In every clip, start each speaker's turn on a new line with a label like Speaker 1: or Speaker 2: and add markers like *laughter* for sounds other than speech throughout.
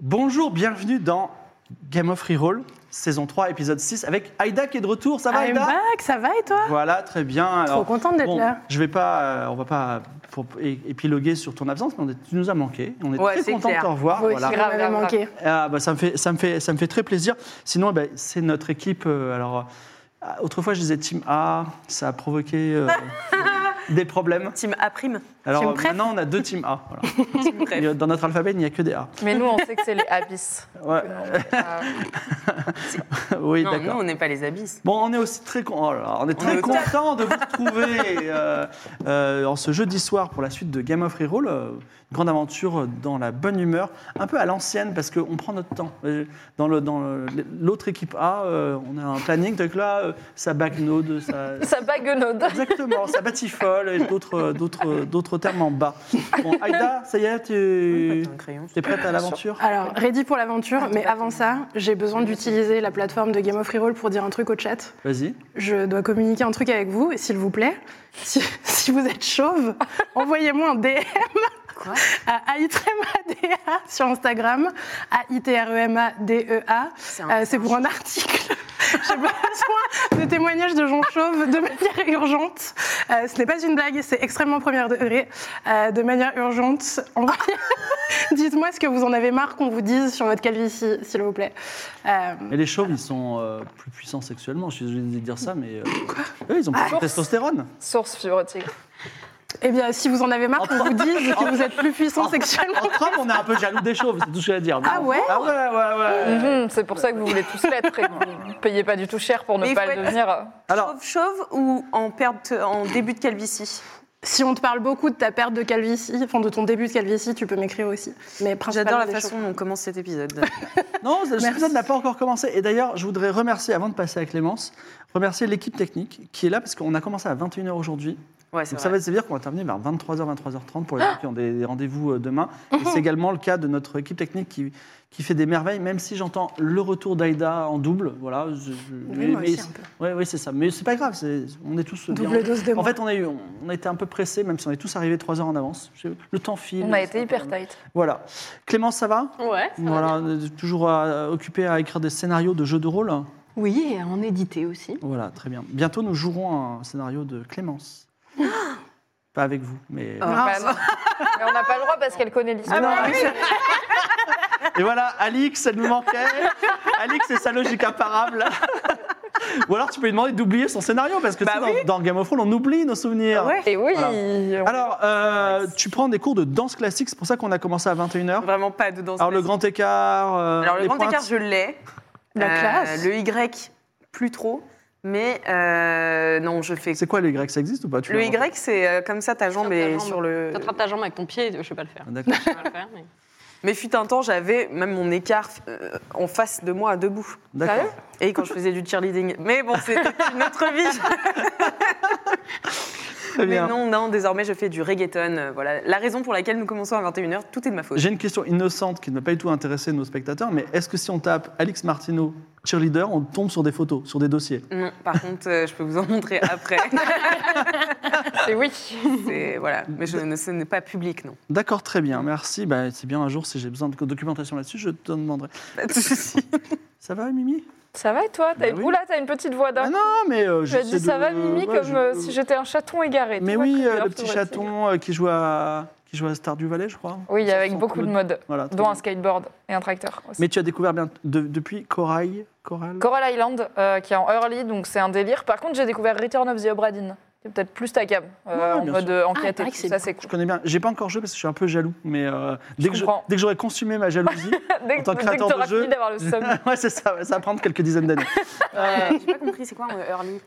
Speaker 1: Bonjour, bienvenue dans Game of Reroll, saison 3, épisode 6, avec Aïda qui est de retour.
Speaker 2: Ah,
Speaker 1: Ça va,
Speaker 3: I'm
Speaker 1: Aïda
Speaker 2: bah.
Speaker 3: back, ça va et toi
Speaker 1: Voilà, très bien. Alors,
Speaker 3: contente d'être
Speaker 1: bon,
Speaker 3: là.
Speaker 1: Je vais pas, euh, on va pas pour- é- épiloguer sur ton absence, mais on est- tu nous as manqué. On est
Speaker 2: Ouais,
Speaker 1: très
Speaker 2: c'est
Speaker 1: content
Speaker 2: clair.
Speaker 1: de te revoir.
Speaker 3: Vous aussi,
Speaker 1: voilà.
Speaker 3: vous
Speaker 2: Grave,
Speaker 3: m'avez
Speaker 2: grave,
Speaker 3: manqué.
Speaker 1: Ah, bah, ça, me fait, ça, me fait, ça me fait très plaisir. Sinon, eh ben, c'est notre équipe. euh, alors, euh, autrefois, je disais Team A, ça a provoqué
Speaker 2: *laughs*
Speaker 1: euh, des problèmes.
Speaker 2: Team A prime.
Speaker 1: Alors
Speaker 3: Team
Speaker 1: euh,
Speaker 3: Pref.
Speaker 1: maintenant, on a deux Team A.
Speaker 2: *laughs*
Speaker 1: voilà. Il y a- Dans notre alphabet, il n'y a que des A.
Speaker 4: Mais nous, on sait que c'est les abysses.
Speaker 1: Ouais,
Speaker 4: Ah,
Speaker 1: *laughs* oui,
Speaker 2: non, nous,
Speaker 1: d'accord.
Speaker 2: on n'est pas les abysses.
Speaker 1: Bon, on est aussi très, con- oh là là, on est très
Speaker 2: est au top.
Speaker 1: content de vous retrouver euh, euh, en ce jeudi soir pour la suite de Game of Reroll. euh, une grande aventure dans la bonne humeur, un peu à l'ancienne parce qu'on prend notre temps. Euh, Dans l'autre dans le- l'autre équipe A, euh, on a un planning, donc là, euh, ça backnode, ça,
Speaker 4: ça baguenaude.
Speaker 1: Exactement, ça batifole et d'autres, d'autres, d'autres termes en bas. Bon, Aïda, ça y est, tu
Speaker 2: Un crayon.
Speaker 1: es prête à l'aventure
Speaker 3: Alors, ready pour
Speaker 2: Ah,
Speaker 3: l'aventure, mais avant ça, j'ai besoin d'utiliser la plateforme de Game of Reroll pour dire un truc au chat.
Speaker 1: Vas-y.
Speaker 3: Je dois communiquer un truc avec vous, et s'il vous plaît, si, *laughs* si vous êtes
Speaker 2: *laughs*
Speaker 3: chauve, envoyez-moi un DM
Speaker 2: Quoi
Speaker 3: à AITREMADEA sur Instagram, E A-I-T-R-E-M-A-D-E-A.
Speaker 2: C'est un-
Speaker 3: Euh, C'est pour un article. *laughs* J'ai besoin de témoignages de gens chauves de manière urgente. Euh, ce n'est pas une blague, c'est extrêmement première degré. Euh, de manière urgente, envoyez- *laughs* dites-moi ce que vous en avez marre qu'on vous dise sur votre calvitie, s'il vous plaît. Euh,
Speaker 1: Mais les chauves, ils sont euh, plus puissants sexuellement. Je suis désolé de dire ça, mais. euh, eux, ils ont plus de
Speaker 3: Ah.
Speaker 1: testostérone.
Speaker 4: Source fibrotique.
Speaker 3: eh bien, si vous en avez marre qu'on vous dise que vous êtes plus puissant sexuellement,
Speaker 1: En trame, on est un peu jaloux des chauves, c'est tout ce que j'ai à dire.
Speaker 3: Ah ouais
Speaker 1: Ah ouais, ouais, ouais.
Speaker 4: Mhm, c'est pour ça que vous voulez tous l'être et que vous ne payez pas du tout cher pour ne
Speaker 2: Mais il
Speaker 4: pas
Speaker 2: faut
Speaker 4: le
Speaker 2: être-
Speaker 4: devenir.
Speaker 1: Alors,
Speaker 2: Chauve, chauve ou en, perte, en début de calvitie
Speaker 3: si on te parle beaucoup de ta perte de calvitie, enfin de ton début de calvitie, tu peux m'écrire aussi. Mais
Speaker 2: J'adore
Speaker 3: principalement
Speaker 2: la
Speaker 3: des
Speaker 2: façon
Speaker 3: chauves.
Speaker 2: dont on commence cet épisode. *laughs*
Speaker 1: non, cet épisode n'a pas encore commencé. Et d'ailleurs, je voudrais remercier, avant de passer à Clémence, remercier l'équipe technique qui est là parce qu'on a commencé à 21h aujourd'hui.
Speaker 2: Ouais, c'est
Speaker 1: Donc ça
Speaker 2: vrai.
Speaker 1: va ça veut dire qu'on va terminer vers 23h, 23h30 pour les gens qui ont des, des rendez-vous euh, demain.
Speaker 3: Mhm.
Speaker 1: Et c'est également le cas de notre équipe technique qui, qui fait des merveilles, même si j'entends le retour d'Aïda en double. Voilà, je- je-
Speaker 3: Oui, moi aussi, hein. un peu.
Speaker 1: ouais, ouais, c'est ça. Mais c'est pas grave, c'est- on est tous bien.
Speaker 3: Double dose de
Speaker 1: En
Speaker 3: moi.
Speaker 1: fait, on a, eu, on a été un peu pressés, même si on est tous arrivés 3 heures en avance. Je- Le temps file.
Speaker 4: On a été hyper tight.
Speaker 1: Voilà. Clémence, ça va
Speaker 5: Ouais.
Speaker 1: Voilà, euh, toujours euh, occupée à écrire des scénarios de jeux de rôle.
Speaker 5: Oui, et en édité aussi.
Speaker 1: Voilà, très bien. Bientôt, nous jouerons un scénario de Clémence. pas avec vous, mais.
Speaker 2: Oh.
Speaker 4: Bah, non. Mais on n'a pas le droit parce qu'elle connaît
Speaker 2: Ah
Speaker 4: l'histoire.
Speaker 2: bah
Speaker 1: Ah, *laughs* Et voilà, Alix, elle nous manquait. Alix et sa logique imparable. *laughs* Ou alors tu peux lui demander d'oublier son scénario parce que tu
Speaker 2: Bah
Speaker 1: sais, dans, dans Game of Thrones, on oublie nos
Speaker 2: Ah
Speaker 1: souvenirs.
Speaker 4: Et oui, on-
Speaker 1: Alors, euh, tu prends des cours de danse classique, c'est pour ça qu'on a commencé à 21h.
Speaker 2: Vraiment pas de danse.
Speaker 1: Alors, le
Speaker 2: classique.
Speaker 1: grand écart. euh,
Speaker 2: Alors, le
Speaker 1: les
Speaker 2: grand
Speaker 1: pointes.
Speaker 2: écart, je l'ai.
Speaker 3: La
Speaker 2: Euh,
Speaker 3: classe.
Speaker 2: Le Y, plus trop. Mais euh, non, je fais.
Speaker 1: C'est quoi le Y Ça existe ou pas tu
Speaker 2: Le
Speaker 1: l'as inventé
Speaker 2: Y, c'est euh, comme ça, ta jambe
Speaker 5: ta
Speaker 2: est
Speaker 5: jambe.
Speaker 2: sur le.
Speaker 5: T'attrapes ta jambe avec ton pied, je sais pas le faire.
Speaker 1: Ah,
Speaker 2: *laughs*
Speaker 1: D'accord.
Speaker 5: Je sais pas le faire, mais-
Speaker 2: Mais fut un temps, j'avais même mon écart euh, en face de moi, debout.
Speaker 1: D'accord.
Speaker 2: Et quand je faisais du cheerleading. Mais bon, c'était une autre vie.
Speaker 1: Très
Speaker 2: Mais
Speaker 1: bien.
Speaker 2: non, non, désormais je fais du reggaeton. euh, Voilà. La raison pour laquelle nous commençons à 21h, tout est de ma faute.
Speaker 1: J'ai une question innocente qui ne va pas du tout intéresser nos spectateurs, mais est-ce que si on tape Alix Martineau, cheerleader, on tombe sur des photos, sur des dossiers
Speaker 2: Non, par contre, euh, je peux vous en montrer *laughs* après.
Speaker 4: c'est oui.
Speaker 2: C'est- voilà. Mais je ne, ce n'est pas public, non.
Speaker 1: D'accord, très bien, merci. Bah, c'est bien un jour, si j'ai besoin de documentation là-dessus, je te demanderai.
Speaker 2: Pas de souci.
Speaker 1: Ça va, Mimi
Speaker 4: Ça va et toi
Speaker 1: Bah
Speaker 4: T'as-
Speaker 1: oui.
Speaker 4: Oula, t'as une petite voix
Speaker 1: Ah
Speaker 4: d'homme.
Speaker 1: Non, mais euh,
Speaker 4: Je
Speaker 1: j'essaie
Speaker 4: dis ça
Speaker 1: de-
Speaker 4: va, Mimi,
Speaker 1: ouais,
Speaker 4: comme
Speaker 1: je-
Speaker 4: euh, si j'étais un chaton égaré.
Speaker 1: Mais
Speaker 4: Tu vois,
Speaker 1: oui,
Speaker 4: Clear
Speaker 1: euh, le petit
Speaker 4: Fluorescing.
Speaker 1: chaton euh, qui joue à qui joue à Star du Valais, je crois.
Speaker 4: Oui, avec
Speaker 1: Sans-
Speaker 4: beaucoup de modes,
Speaker 1: Voilà. très
Speaker 4: dont
Speaker 1: bien.
Speaker 4: un skateboard et un tracteur. aussi.
Speaker 1: Mais tu as découvert bien de- depuis Corail, Coral.
Speaker 4: Coral Island, euh, qui est en early, donc c'est un délire. Par contre, j'ai découvert Return of the Obra Dinn, qui est peut-être plus ta gamme, euh,
Speaker 1: Ouais,
Speaker 4: en
Speaker 1: bien
Speaker 4: mode
Speaker 3: Ah, il
Speaker 4: enquête
Speaker 3: paraît
Speaker 4: et
Speaker 3: que
Speaker 4: tout.
Speaker 3: c'est
Speaker 4: Ça,
Speaker 3: bon.
Speaker 4: c'est cool.
Speaker 1: Je connais bien. J'ai pas encore joué parce que je suis un peu jaloux, mais euh, dès, que je-
Speaker 4: comprends.
Speaker 1: dès que j'aurais consumé ma
Speaker 4: *laughs*
Speaker 1: jalousie,
Speaker 4: Dès
Speaker 1: En tant que
Speaker 4: dès
Speaker 1: créateur de
Speaker 4: t'auras
Speaker 1: jeu- *laughs*
Speaker 4: fini d'avoir le somme.
Speaker 1: ouais, c'est ça, ouais, ça va prendre quelques dizaines d'années.
Speaker 2: J'ai pas compris, c'est quoi un early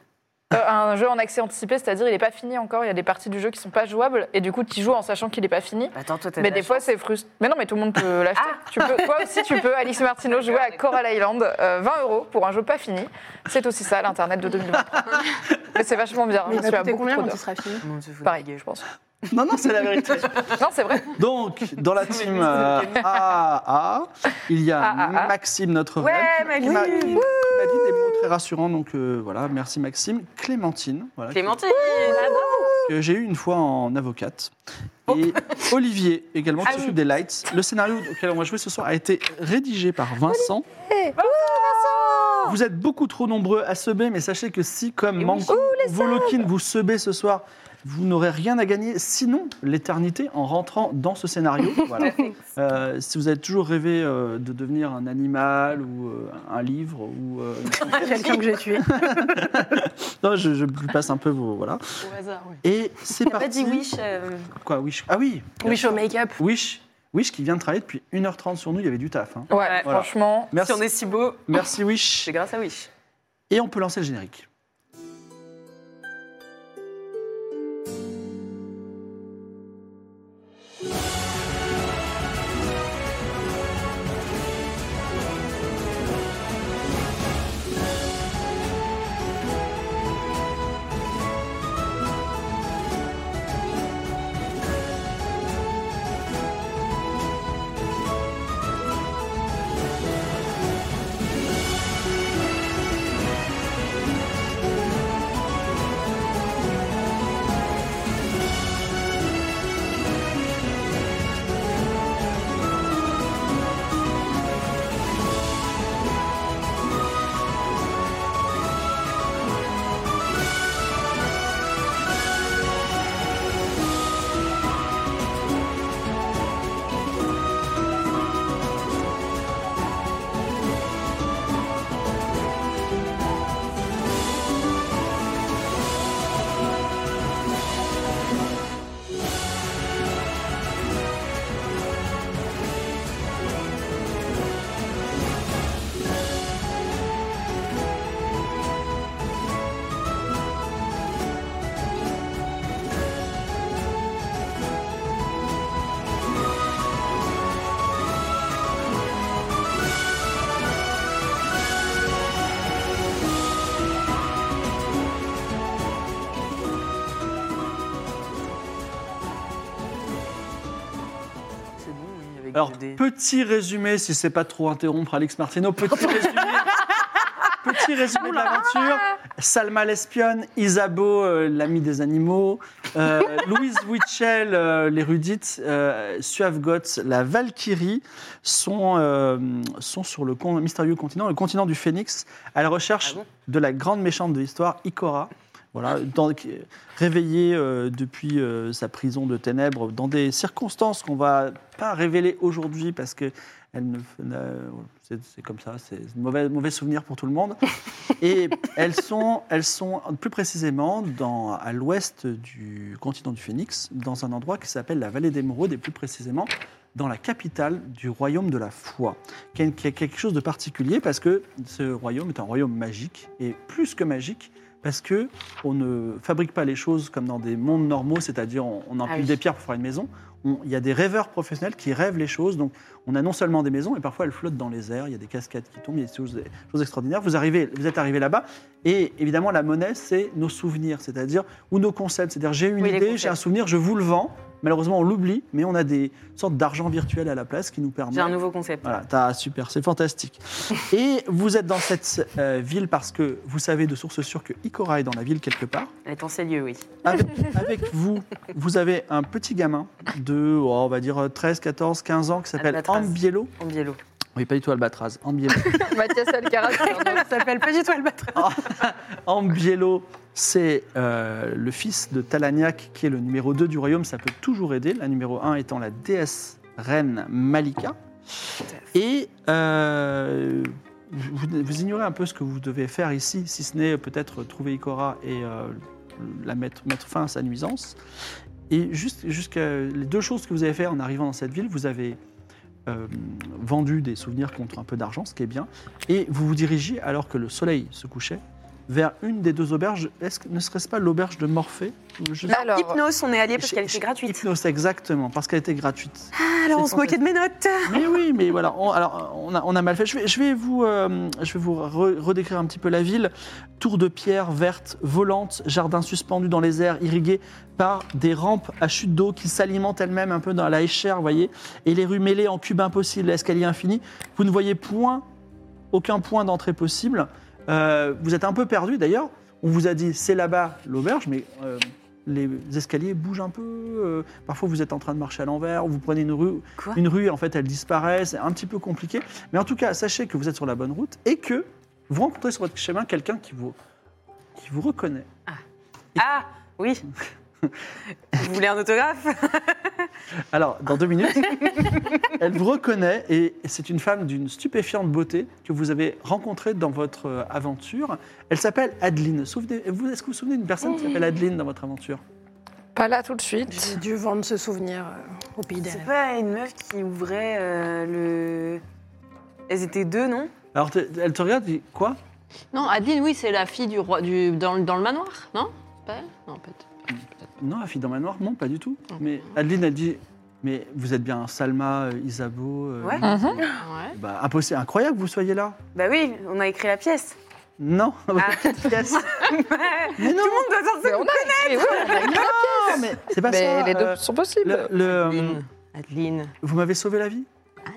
Speaker 4: euh, un jeu en accès anticipé, c'est-à-dire il n'est pas fini encore, il y a des parties du jeu qui sont pas jouables, et du coup tu joues en sachant qu'il n'est pas fini.
Speaker 2: Bah, attends, toi, t'as
Speaker 4: Mais
Speaker 2: de la
Speaker 4: des fois c'est frustrant. Mais non, mais tout le
Speaker 3: *laughs*
Speaker 4: monde peut l'acheter.
Speaker 3: Ah.
Speaker 4: Tu peux- toi aussi tu peux, Alix Martino, jouer à Coral Island, euh, 20 euros pour un jeu pas fini. C'est aussi ça, l'Internet
Speaker 3: *laughs*
Speaker 4: de 2023. mais c'est vachement bien, hein,
Speaker 3: Mais
Speaker 4: je
Speaker 3: il va
Speaker 4: suis à
Speaker 3: coûter
Speaker 4: beaucoup
Speaker 3: combien
Speaker 4: trop
Speaker 3: quand
Speaker 4: d'heures.
Speaker 3: il sera fini
Speaker 2: chance. Faut
Speaker 4: Pareil, je pense.
Speaker 1: Non, non, c'est la vérité.
Speaker 4: Non, c'est vrai.
Speaker 1: Donc, dans la team euh, AA, il y a
Speaker 4: Ah, ah, ah.
Speaker 1: Maxime, notre
Speaker 4: Ouais,
Speaker 1: reine, qui m'a qui m'a dit
Speaker 4: Maxime.
Speaker 1: des mots très rassurants. Donc euh, voilà, merci Maxime. Clémentine, voilà,
Speaker 2: Clémentine
Speaker 1: que Euh, j'ai eu une fois en avocate. Et *laughs* Olivier, également, qui
Speaker 4: Ah oui.
Speaker 1: suit des lights. Le scénario auquel on va jouer ce soir a été rédigé par Vincent. Vous êtes beaucoup trop nombreux à seber, mais sachez que si, comme Manco, Volokin, vous sebez ce soir, vous n'aurez rien à gagner, sinon l'éternité en rentrant dans ce scénario. Voilà. Euh, si vous avez toujours rêvé euh, de devenir un animal ou euh, un livre ou euh, *laughs*
Speaker 3: Quelqu'un que j'ai tué.
Speaker 1: non, je, je passe un peu vos voilà.
Speaker 5: Au hasard, oui.
Speaker 1: Et c'est
Speaker 2: T'as pas
Speaker 1: parti.
Speaker 2: dit Wish euh,
Speaker 1: Quoi, Wish Ah oui,
Speaker 3: Wish au make-up.
Speaker 1: Wish, Wish qui vient de travailler depuis 1h30 sur nous, il y avait du taf. hein.
Speaker 4: Ouais,
Speaker 1: Voilà.
Speaker 4: franchement.
Speaker 1: Merci,
Speaker 2: Si on est si beau,
Speaker 1: merci Wish.
Speaker 2: c'est grâce à Wish.
Speaker 1: Et on peut lancer le générique.
Speaker 2: C'est bon, oui, avec
Speaker 1: Alors,
Speaker 2: des...
Speaker 1: petit résumé, si c'est pas trop interrompre Alex Martino,
Speaker 2: *laughs*
Speaker 1: petit résumé. Petit résumé de l'aventure. Salma l'espionne, Isabeau, euh, l'ami des animaux,
Speaker 2: *laughs*
Speaker 1: euh, Louise Wichel, euh, l'érudite, euh, Suave Gotz, la Valkyrie, sont, euh, sont sur le con- mystérieux continent, le continent du Phénix, à la recherche
Speaker 2: Ah bon
Speaker 1: de la grande méchante de l'histoire, Ikora. Voilà, dans- qui est réveillée euh, depuis euh, sa prison de ténèbres, dans des circonstances qu'on va pas révéler aujourd'hui parce que elle ne, n'a- c'est c'est comme ça, c'est un mauvais, mauvais souvenir pour tout le monde. Et elles sont, elles sont plus précisément dans, à l'ouest du continent du Phénix, dans un endroit qui s'appelle la vallée d'Émeraude, et plus précisément dans la capitale du royaume de la foi, qui a, qui a quelque chose de particulier parce que ce royaume est un royaume magique, et plus que magique, parce que on ne fabrique pas les choses comme dans des mondes normaux, c'est-à-dire on, on
Speaker 2: Ah
Speaker 1: empile
Speaker 5: oui.
Speaker 1: des pierres pour faire une maison. On- Il y a des rêveurs professionnels qui rêvent les choses, donc on a non seulement des maisons, mais parfois elles flottent dans les airs, il y a des cascades qui tombent, il y a des choses, des choses extraordinaires. Vous, arrivez, vous êtes arrivé là-bas, et évidemment, la monnaie, c'est nos souvenirs, c'est-à-dire, ou nos concepts. C'est-à-dire, j'ai une
Speaker 2: Oui, les
Speaker 1: idée,
Speaker 2: concepts.
Speaker 1: j'ai un souvenir, je vous le vends. Malheureusement, on l'oublie, mais on a des sortes d'argent virtuel à la place qui nous permet.
Speaker 2: J'ai un nouveau concept.
Speaker 1: Voilà, t'as- super, c'est
Speaker 2: *laughs*
Speaker 1: fantastique. Et vous êtes dans cette euh, ville parce que vous savez de source sûre que Ikora est dans la ville quelque part.
Speaker 2: Elle est en ces lieux, oui. *laughs*
Speaker 1: Avec, avec vous, vous avez un petit gamin de, oh, on va dire, 13, 14, 15 ans qui s'appelle
Speaker 2: Albatras.
Speaker 1: Ambiello.
Speaker 2: En biélo.
Speaker 1: Oui, pas du tout Albatraz, *laughs* Ambiello.
Speaker 4: Mathias Alcaraz,
Speaker 1: *laughs*
Speaker 3: Ça s'appelle pas du tout Albatros.
Speaker 1: Ambiello, c'est euh, le fils de Talaniac, qui est le numéro 2 du royaume. Ça peut toujours aider. La numéro 1 étant la déesse reine Malika. Et euh, vous, vous ignorez un peu ce que vous devez faire ici, si ce n'est peut-être trouver Ikora et euh, la mettre, mettre fin à sa nuisance. Et juste, jusqu'à les deux choses que vous avez fait en arrivant dans cette ville, vous avez euh, vendu des souvenirs contre un peu d'argent, ce qui est bien, et vous vous dirigez alors que le soleil se couchait vers une des deux auberges. Est-ce que ne serait-ce pas l'auberge de Morphée Je-
Speaker 4: Alors,
Speaker 2: Hypnose, on est alliés parce
Speaker 1: J'ai-
Speaker 2: qu'elle était
Speaker 1: j'ai-
Speaker 2: gratuite.
Speaker 1: Hypnose, exactement, parce qu'elle était gratuite.
Speaker 2: Alors
Speaker 1: c'est
Speaker 2: on se moquait Ah, de mes notes.
Speaker 1: Mais oui, mais voilà, on, alors, on, a, on a mal fait. Je vais, je vais vous, euh, je vais vous re- redécrire un petit peu la ville. Tour de pierre verte, volante, jardin suspendu dans les airs, irrigué par des rampes à chute d'eau qui s'alimentent elles-mêmes un peu dans la échère, vous voyez. Et les rues mêlées en cubes impossibles, l'escalier infini. Vous ne voyez point, aucun point d'entrée possible. Euh, vous êtes un peu perdu d'ailleurs. On vous a dit c'est là-bas l'auberge, mais euh, les escaliers bougent un peu. euh, parfois vous êtes en train de marcher à l'envers, vous prenez une rue,
Speaker 2: Quoi
Speaker 1: une rue en fait elle disparaît, c'est un petit peu compliqué. Mais en tout cas, sachez que vous êtes sur la bonne route et que vous rencontrez sur votre chemin quelqu'un qui vous, qui vous reconnaît.
Speaker 2: Ah oui. Vous voulez un autographe
Speaker 1: Alors, dans deux minutes, elle vous reconnaît et c'est une femme d'une stupéfiante beauté que vous avez rencontrée dans votre euh, aventure. Elle s'appelle Adeline. Souvenez, vous, est-ce que vous vous souvenez d'une personne qui s'appelle Adeline dans votre aventure
Speaker 4: pas là tout de suite.
Speaker 3: J'ai dû vendre ce souvenir euh, au pays des
Speaker 2: C'est
Speaker 3: rêves.
Speaker 2: pas une meuf qui ouvrait euh, le. Elles étaient deux, non
Speaker 1: Alors, te- elle te regarde et dit Quoi
Speaker 5: Non, Adeline, oui, c'est la fille du roi du dans, le- dans le manoir, non C'est pas elle Non, peut-être.
Speaker 1: Non, la fille dans ma noire Non, pas du tout. Mais Adeline, elle dit Mais vous êtes bien Salma, euh, Isabeau euh,
Speaker 2: Ouais.
Speaker 4: Mhm.
Speaker 5: Ouais.
Speaker 1: Bah, impossible, incroyable que vous soyez là.
Speaker 2: Bah oui, on a écrit la pièce.
Speaker 1: Non, *laughs*
Speaker 4: Ah. *laughs*
Speaker 1: Yes. mais non,
Speaker 2: Tout le monde doit s'en
Speaker 4: Mais
Speaker 2: souvenir.
Speaker 4: on a écrit, oui, on a écrit.
Speaker 1: non, mais c'est pas
Speaker 4: Mais
Speaker 1: ça.
Speaker 4: les deux
Speaker 1: euh,
Speaker 4: sont possibles.
Speaker 1: le- le, euh,
Speaker 5: Adeline. Adeline.
Speaker 1: vous m'avez sauvé la vie.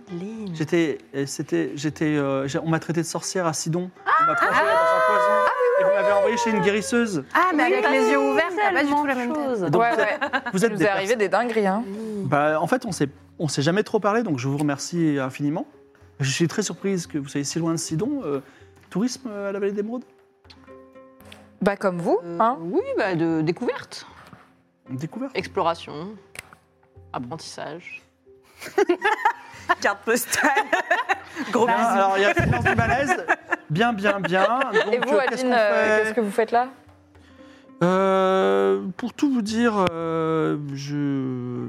Speaker 5: Adeline.
Speaker 1: J'étais, euh, c'était, j'étais, euh, j'ai- on m'a traité de sorcière à Sidon.
Speaker 4: Ah,
Speaker 1: on m'a plongé dans un poison et vous m'avez envoyé chez une guérisseuse.
Speaker 3: Ah, mais
Speaker 5: Oui, bah,
Speaker 3: avec les yeux ouverts, t'as pas du tout la même
Speaker 5: tellement de
Speaker 3: tête.
Speaker 5: choses.
Speaker 1: Donc,
Speaker 4: Ouais,
Speaker 1: vous
Speaker 4: ouais.
Speaker 1: êtes, vous êtes
Speaker 4: Il Ah, nous
Speaker 1: des
Speaker 4: est arrivé des dingueries. Hein.
Speaker 1: personnes- Bah, en fait, on s'est, on s'est jamais trop parlé, donc je vous remercie infiniment. Je suis très surprise que vous soyez si loin de Sidon. Euh, tourisme euh, à la vallée d'Émeraude
Speaker 4: Bah, comme vous.
Speaker 5: Euh,
Speaker 4: Hein.
Speaker 5: oui, bah, de découverte,
Speaker 1: Découverte.
Speaker 5: exploration, apprentissage.
Speaker 2: *laughs* Carte postale. *laughs* Bah, Gros
Speaker 1: Bien,
Speaker 2: bisous.
Speaker 1: alors, il y a silence du malaise. Bien, bien, bien. Donc,
Speaker 4: Et vous,
Speaker 1: euh, qu'est-ce
Speaker 4: Adeline,
Speaker 1: qu'on
Speaker 4: euh,
Speaker 1: fait
Speaker 4: qu'est-ce que vous faites là
Speaker 1: Euh, pour tout vous dire, euh, je.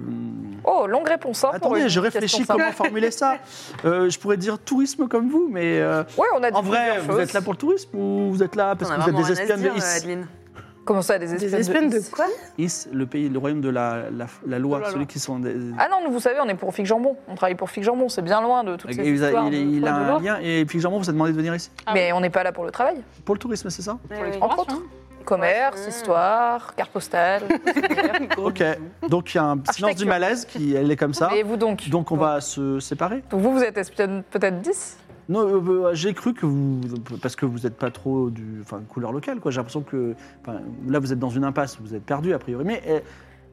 Speaker 4: Oh, longue réponse. Hein, pour
Speaker 1: Attendez,
Speaker 4: une
Speaker 1: je
Speaker 4: question
Speaker 1: réfléchis
Speaker 4: simple.
Speaker 1: comment formuler
Speaker 4: *laughs*
Speaker 1: ça. Euh, je pourrais dire tourisme comme vous, mais euh,
Speaker 4: Ouais, on a dit
Speaker 1: en vrai,
Speaker 4: plusieurs
Speaker 1: vous
Speaker 4: choses.
Speaker 1: êtes là pour le tourisme ou vous êtes là parce
Speaker 2: On a
Speaker 1: que vous êtes
Speaker 2: vraiment
Speaker 1: des
Speaker 2: rien
Speaker 1: espionnes de
Speaker 2: à se dire,
Speaker 1: Is
Speaker 2: euh, Adeline.
Speaker 4: Comment ça, des espèces,
Speaker 3: Des espènes de
Speaker 4: de...
Speaker 3: quoi
Speaker 1: Is, le pays, le royaume de la, la, la loi,
Speaker 5: Oh là là.
Speaker 1: celui qui sont. Des...
Speaker 4: Ah non, nous, vous savez, on est pour Fig Jambon. On travaille pour Fig Jambon, c'est bien loin de toutes ces
Speaker 1: Et il a-
Speaker 4: histoires
Speaker 1: il,
Speaker 4: de
Speaker 1: il a
Speaker 4: poids de
Speaker 1: un
Speaker 4: l'or.
Speaker 1: lien et puis Germain vous a demandé de venir ici
Speaker 5: Ah
Speaker 4: Mais on n'est pas là pour le travail.
Speaker 1: pour le tourisme, c'est hein. ça
Speaker 2: Ouais, ouais.
Speaker 4: Entre autres. Commerce,
Speaker 2: Mmh.
Speaker 4: histoire, carte postale.
Speaker 1: Ok. Donc il y a un silence du
Speaker 4: Architecture.
Speaker 1: malaise qui, elle est comme ça.
Speaker 4: Et vous donc
Speaker 1: Ah. Donc on va se séparer.
Speaker 4: Donc vous, vous êtes espionne peut-être 10
Speaker 1: Non, euh, euh, j'ai cru que vous, parce que vous n'êtes pas trop du, enfin, couleur locale, quoi. J'ai l'impression que, enfin, là, vous êtes dans une impasse, vous êtes perdu a priori. Mais eh,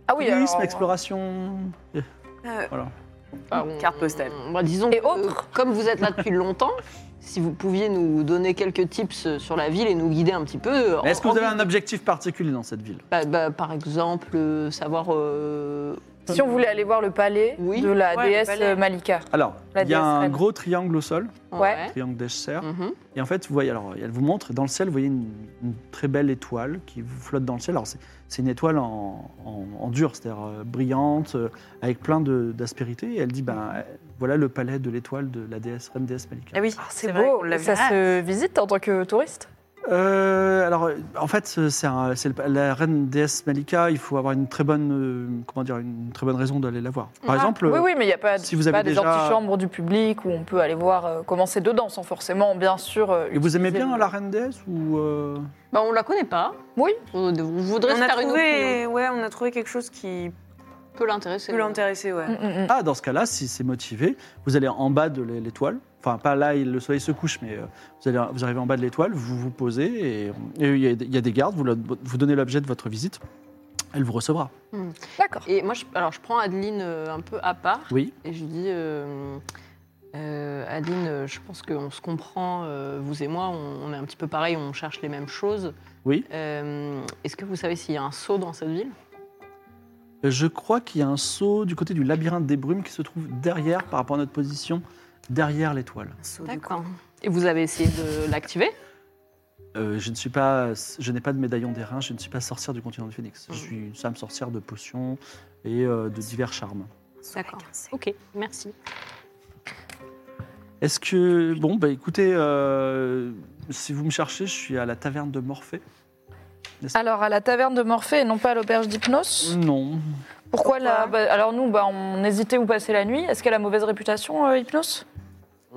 Speaker 4: Ah oui,
Speaker 1: tourisme,
Speaker 4: alors,
Speaker 1: exploration, eh,
Speaker 2: Euh,
Speaker 1: voilà.
Speaker 5: Enfin, on-
Speaker 2: Carte postale.
Speaker 5: Bah, disons
Speaker 4: Et
Speaker 5: que,
Speaker 4: autres.
Speaker 5: comme vous êtes là depuis longtemps, si vous pouviez nous donner quelques tips sur la ville et nous guider un petit peu.
Speaker 1: Mais Est-ce
Speaker 5: en-
Speaker 1: que vous avez
Speaker 5: en-
Speaker 1: un objectif particulier dans cette ville
Speaker 5: Bah, bah, Par exemple, euh, savoir. euh,
Speaker 4: Si on voulait aller voir le palais
Speaker 5: Oui.
Speaker 4: de la
Speaker 2: Ouais, le
Speaker 4: déesse
Speaker 2: palais.
Speaker 4: Malika.
Speaker 1: Alors,
Speaker 4: La
Speaker 1: il y a
Speaker 4: déesse
Speaker 1: un
Speaker 4: reine.
Speaker 1: gros triangle au sol,
Speaker 4: Ouais. Mm.
Speaker 1: triangle des serres.
Speaker 5: Mhm.
Speaker 1: Et en fait, vous voyez, alors, elle vous montre, dans le ciel, vous voyez une, une très belle étoile qui vous flotte dans le ciel. Alors, c'est- c'est une étoile en, en- en dur, c'est-à-dire euh, brillante, euh, avec plein de- d'aspérités. Et elle dit, ben, euh, voilà le palais de l'étoile de la déesse, reine déesse Malika.
Speaker 2: Ah oui,
Speaker 4: Ah, c'est
Speaker 2: vrai,
Speaker 4: beau,
Speaker 2: on l'a vu.
Speaker 4: ça
Speaker 2: Ah,
Speaker 4: se visite en tant que touriste
Speaker 1: Euh, alors, euh, en fait, euh, c'est un- c'est le- la reine déesse Malika. Il faut avoir une très bonne, euh, comment dire, une très bonne raison d'aller la voir. Par exemple,
Speaker 4: Ah, Oui, oui, mais il n'y a pas,
Speaker 1: si vous
Speaker 4: pas
Speaker 1: avez
Speaker 4: des
Speaker 1: déjà-
Speaker 4: antichambres du public où on peut aller voir euh, comment c'est dedans, sans forcément, bien sûr. euh,
Speaker 1: et vous aimez
Speaker 4: utiliser
Speaker 1: bien
Speaker 4: le-
Speaker 1: la reine déesse ou euh,
Speaker 5: Bah, on la connaît pas.
Speaker 4: Oui.
Speaker 5: On, on voudrait
Speaker 2: On
Speaker 5: se
Speaker 2: a
Speaker 5: faire une opinion.
Speaker 2: trouvé, ouais, on a trouvé quelque chose qui
Speaker 5: Peut l'intéresser.
Speaker 2: peut l'intéresser, ouais.
Speaker 4: Mm, mm, mm.
Speaker 1: Ah, dans ce cas-là, si c'est motivé, vous allez en bas de l'é- l'étoile. Enfin, pas là, il- le soleil se couche, mais euh, vous, allez, vous arrivez en bas de l'étoile, vous vous posez et et il y, a- il y a des gardes. Vous, leur- vous donnez l'objet de votre visite, elle vous recevra.
Speaker 4: D'accord.
Speaker 5: Et moi, je, alors, je prends Adeline euh, un peu à part
Speaker 1: Oui.
Speaker 5: et je lui dis euh, euh, Adeline, euh, je pense qu'on se comprend, euh, vous et moi, on, on est un petit peu pareil, on cherche les mêmes choses.
Speaker 1: Oui.
Speaker 5: Euh, Est-ce que vous savez s'il y a un saut dans cette ville
Speaker 1: Je crois qu'il y a un saut du côté du labyrinthe des brumes qui se trouve derrière, par rapport à notre position, derrière l'étoile.
Speaker 5: D'accord. Et vous avez essayé de l'activer
Speaker 1: Euh, je ne suis pas, je n'ai pas de médaillon des reins, je ne suis pas sorcière du continent du Phénix.
Speaker 5: Mm.
Speaker 1: Je suis une femme sorcière de potions et euh, de divers charmes.
Speaker 5: D'accord. Ok, merci.
Speaker 1: Est-ce que bon, bah écoutez, euh, Si vous me cherchez, je suis à la taverne de Morphée.
Speaker 4: Alors, à la taverne de Morphée et non pas à l'auberge d'Hypnos
Speaker 1: Non.
Speaker 4: Pourquoi là bah, Alors, nous, bah, on hésitait où passer la nuit. Est-ce qu'elle a mauvaise réputation, euh, Hypnos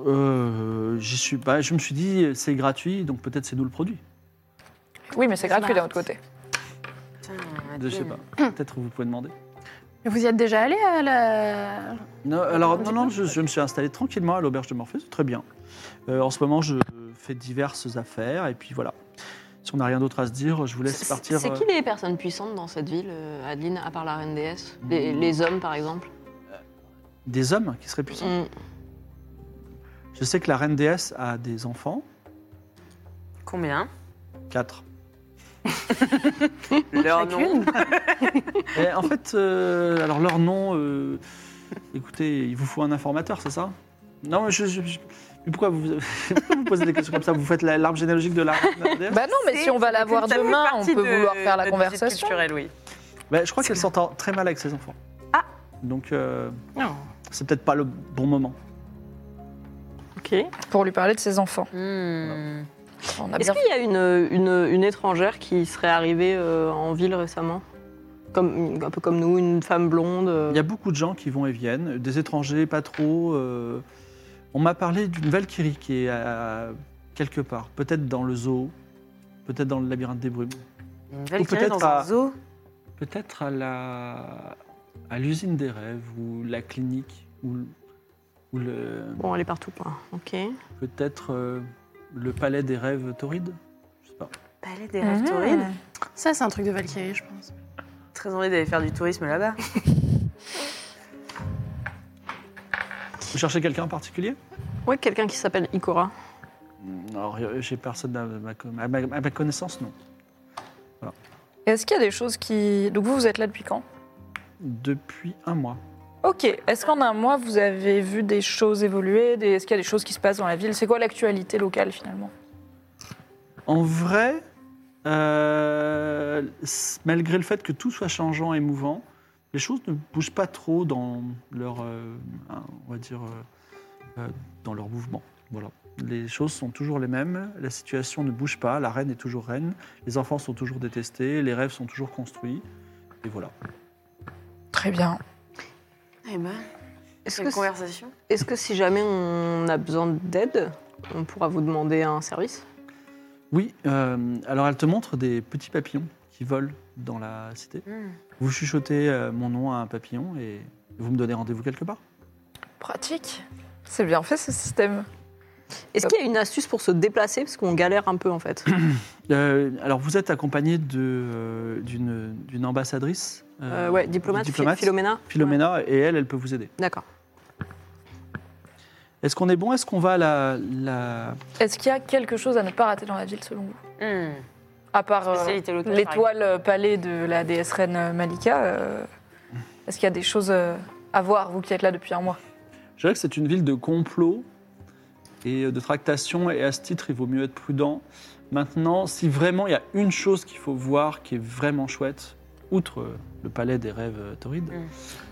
Speaker 1: Euh, j'y suis pas. Je me suis dit, euh, c'est gratuit, donc peut-être c'est nous le produit.
Speaker 4: Oui, mais c'est gratuit d'un autre côté.
Speaker 2: Putain,
Speaker 5: Ah,
Speaker 1: Je sais pas. Peut-être vous pouvez demander.
Speaker 3: Mais Vous y êtes déjà allé à la.
Speaker 1: Non, alors, non, non, je, je me suis installé tranquillement à l'auberge de Morphée, c'est très bien. Euh, en ce moment, je fais diverses affaires, et puis voilà. Si on n'a rien d'autre à se dire, je vous laisse
Speaker 5: C'est
Speaker 1: partir.
Speaker 5: c'est
Speaker 1: euh,
Speaker 5: qui les personnes puissantes dans cette ville, euh, Adeline, à part la reine déesse les,
Speaker 1: Mm.
Speaker 5: les hommes, par exemple
Speaker 1: Des hommes qui seraient puissants.
Speaker 5: Mm.
Speaker 1: Je sais que la reine déesse a des enfants,
Speaker 2: Combien
Speaker 1: quatre.
Speaker 2: Leur nom
Speaker 1: Et en fait, euh, alors leur nom, euh, écoutez, il vous faut un informateur, c'est ça Non, mais je, je- je- mais pourquoi vous, *laughs* pourquoi vous posez des questions comme ça Vous faites la- l'arbre généalogique de la reine déesse
Speaker 4: Bah non, mais
Speaker 2: C'est-
Speaker 4: si on va
Speaker 2: ça
Speaker 4: la
Speaker 2: fait-
Speaker 4: voir
Speaker 2: ça fait
Speaker 4: demain, on
Speaker 2: partie
Speaker 4: peut
Speaker 2: de
Speaker 4: vouloir faire la
Speaker 2: notre visite
Speaker 4: conversation.
Speaker 2: culturelle, oui.
Speaker 1: Bah, Je crois qu'elle s'entend très mal avec ses enfants.
Speaker 2: Ah.
Speaker 1: Donc, euh,
Speaker 5: Non.
Speaker 1: c'est peut-être pas le bon moment.
Speaker 5: Ok.
Speaker 4: Pour lui parler de ses enfants.
Speaker 2: Mm.
Speaker 4: On a
Speaker 5: Est-ce
Speaker 4: bien
Speaker 5: qu'il y a une, une- une étrangère qui serait arrivée euh, en ville récemment comme, Un peu comme nous, une femme blonde euh,
Speaker 1: Il y a beaucoup de gens qui vont et viennent, des étrangers, pas trop. euh, On m'a parlé d'une Valkyrie qui est à- quelque part, peut-être dans le zoo, peut-être dans le labyrinthe des brumes,
Speaker 2: Une
Speaker 1: Ou peut-être
Speaker 2: Valkyrie dans
Speaker 1: à-
Speaker 2: un zoo
Speaker 1: peut-être à la à l'usine des rêves ou la clinique ou le- ou le
Speaker 5: Bon, elle est partout, quoi. Ok.
Speaker 1: peut-être euh, le palais des rêves torrides. Je sais pas.
Speaker 2: Palais des
Speaker 4: Mhm.
Speaker 2: rêves
Speaker 5: Ah.
Speaker 2: torrides
Speaker 3: Ça, c'est un truc de Valkyrie, je pense.
Speaker 2: Très envie d'aller faire du tourisme là-bas.
Speaker 1: Vous cherchez quelqu'un en particulier
Speaker 5: Ouais, quelqu'un qui s'appelle Ikora.
Speaker 1: Alors, euh, j'ai personne à ma, à ma- à ma connaissance, non.
Speaker 4: Est-ce qu'il y a des choses qui. Donc vous, vous êtes là depuis quand
Speaker 1: Depuis un mois.
Speaker 4: Ok. Est-ce qu'en un mois, vous avez vu des choses évoluer des- Est-ce qu'il y a des choses qui se passent dans la ville C'est quoi l'actualité locale finalement
Speaker 1: En vrai, euh, s- malgré le fait que tout soit changeant et mouvant, les choses ne bougent pas trop dans leur, euh, hein, on va dire, euh, euh, dans leur mouvement. Voilà. Les choses sont toujours les mêmes, la situation ne bouge pas, la reine est toujours reine, les enfants sont toujours détestés, les rêves sont toujours construits, et voilà.
Speaker 4: Très bien.
Speaker 2: Eh ben,
Speaker 5: Est-ce
Speaker 2: c'est
Speaker 5: que,
Speaker 2: une conversation.
Speaker 5: est-ce que si jamais on a besoin d'aide, on pourra vous demander un service
Speaker 1: Oui, euh, alors elle te montre des petits papillons qui volent dans la cité.
Speaker 2: Hmm.
Speaker 1: Vous chuchotez euh, mon nom à un papillon et vous me donnez rendez-vous quelque part.
Speaker 4: Pratique. C'est bien fait ce système.
Speaker 5: Est-ce qu'il y a une astuce pour se déplacer Parce qu'on galère un peu, en fait.
Speaker 1: Euh, alors, vous êtes accompagné de, euh, d'une d'une ambassadrice, euh,
Speaker 5: Euh, ouais, diplomate,
Speaker 1: diplomate.
Speaker 5: Phi- Philomena
Speaker 1: Philomena, et elle, elle peut vous aider.
Speaker 5: D'accord.
Speaker 1: Est-ce qu'on est bon Est-ce qu'on va à la, la-
Speaker 4: Est-ce qu'il y a quelque chose à ne pas rater dans la ville selon vous
Speaker 2: Hmm.
Speaker 4: À part euh,
Speaker 2: Spécialité locale,
Speaker 4: l'étoile euh, palais de la déesse reine Malika, euh, est-ce qu'il y a des choses euh, à voir, vous qui êtes là depuis un mois
Speaker 1: Je dirais que c'est une ville de complot et de tractation, et à ce titre, il vaut mieux être prudent. Maintenant, si vraiment il y a une chose qu'il faut voir qui est vraiment chouette, outre euh, le palais des rêves euh, torrides,
Speaker 2: Mm.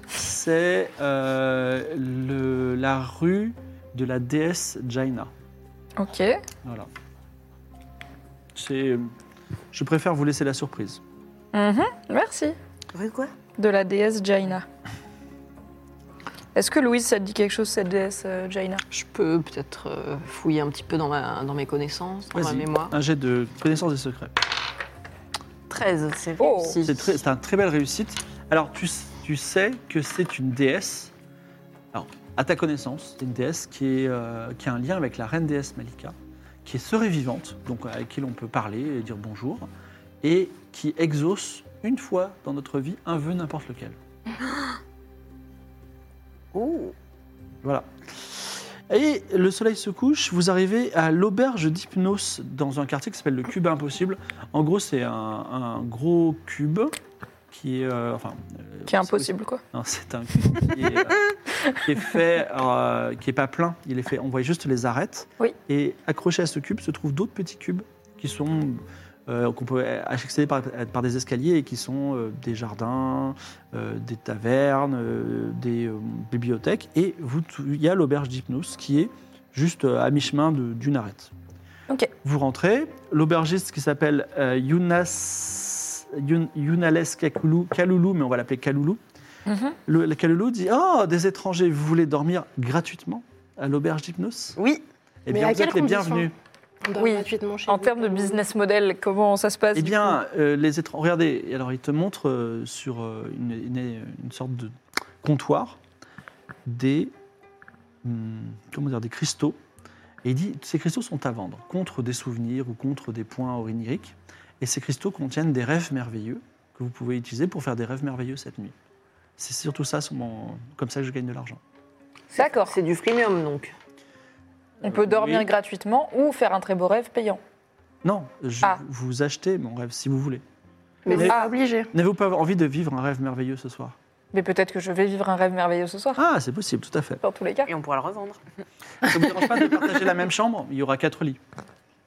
Speaker 1: c'est euh, le- la rue de la déesse Jaina.
Speaker 4: Ok.
Speaker 1: Voilà. C'est. euh, Je préfère vous laisser la surprise.
Speaker 4: Mhm, Merci.
Speaker 2: Rue quoi
Speaker 4: De la déesse Jaina. Est-ce que Louise, ça te dit quelque chose, cette déesse euh, Jaina
Speaker 5: Je peux peut-être euh, fouiller un petit peu dans, ma- dans mes connaissances, dans ma
Speaker 1: Vas-y.
Speaker 5: mémoire.
Speaker 1: Un jet de connaissance des secrets.
Speaker 5: 13, c'est
Speaker 4: Oh.
Speaker 5: réussi.
Speaker 1: C'est très, c'est un très belle réussite. Alors tu, s- tu sais que c'est une déesse. Alors à ta connaissance, c'est une déesse qui, est, euh, qui a un lien avec la reine déesse Malika, qui est serait vivante, donc euh, avec qui l'on peut parler et dire bonjour, et qui exauce une fois dans notre vie un vœu n'importe lequel.
Speaker 2: Ouh.
Speaker 1: Voilà. Et le soleil se couche, vous arrivez à l'auberge d'Hypnos dans un quartier qui s'appelle le Cube Impossible. En gros, c'est un, un gros cube qui est. euh, enfin, euh,
Speaker 4: Qui est impossible, quoi.
Speaker 1: non, c'est un cube qui est, euh, qui est fait, euh, qui est pas plein. Il est fait, on voit juste les arêtes.
Speaker 4: Oui.
Speaker 1: Et accrochés à ce cube se trouvent d'autres petits cubes qui sont euh, qu'on peut accéder par, par des escaliers et qui sont euh, des jardins, euh, des tavernes, euh, des euh, bibliothèques. Et vous, il y a l'auberge d'Hypnos qui est juste euh, à mi-chemin de- d'une arête.
Speaker 4: Ok.
Speaker 1: Vous rentrez. L'aubergiste qui s'appelle euh, Younas, Youn- Younales Kakulu- Kaloulou, mais on va l'appeler Kaloulou.
Speaker 4: Mhm.
Speaker 1: Le, le Kaloulou dit Oh, des étrangers, vous voulez dormir gratuitement à l'auberge d'Hypnos
Speaker 2: Oui,
Speaker 1: Eh
Speaker 3: Mais
Speaker 1: bien,
Speaker 3: à
Speaker 1: vous êtes les
Speaker 3: quelles conditions
Speaker 1: bienvenus.
Speaker 3: On dort
Speaker 4: Oui.
Speaker 3: gratuitement chez
Speaker 4: En
Speaker 3: vous.
Speaker 4: termes de business model, comment ça se passe
Speaker 1: Eh
Speaker 4: du coup
Speaker 1: bien, euh, les étrangers. Regardez, et alors il te montre euh, sur euh, une, une- une sorte de comptoir des. hum, comment dire Des cristaux. Et il dit ces cristaux sont à vendre contre des souvenirs ou contre des points oriniques. Et ces cristaux contiennent des rêves merveilleux que vous pouvez utiliser pour faire des rêves merveilleux cette nuit. C'est surtout ça, sur mon- comme ça que je gagne de l'argent.
Speaker 4: D'accord.
Speaker 5: C'est du freemium donc.
Speaker 4: On peut dormir
Speaker 1: Euh, oui.
Speaker 4: gratuitement ou faire un très beau rêve payant.
Speaker 1: Non, je,
Speaker 4: Ah.
Speaker 1: vous achetez mon rêve si vous voulez.
Speaker 3: Mais
Speaker 1: Mais-
Speaker 3: c'est pas obligé.
Speaker 1: N'avez-vous pas envie de vivre un rêve merveilleux ce soir
Speaker 4: Mais peut-être que je vais vivre un rêve merveilleux ce soir,
Speaker 1: Ah, c'est possible, tout à fait.
Speaker 4: dans tous les cas.
Speaker 2: et on pourra le revendre.
Speaker 1: Ça ne vous dérange pas de partager la même chambre Il y aura quatre lits.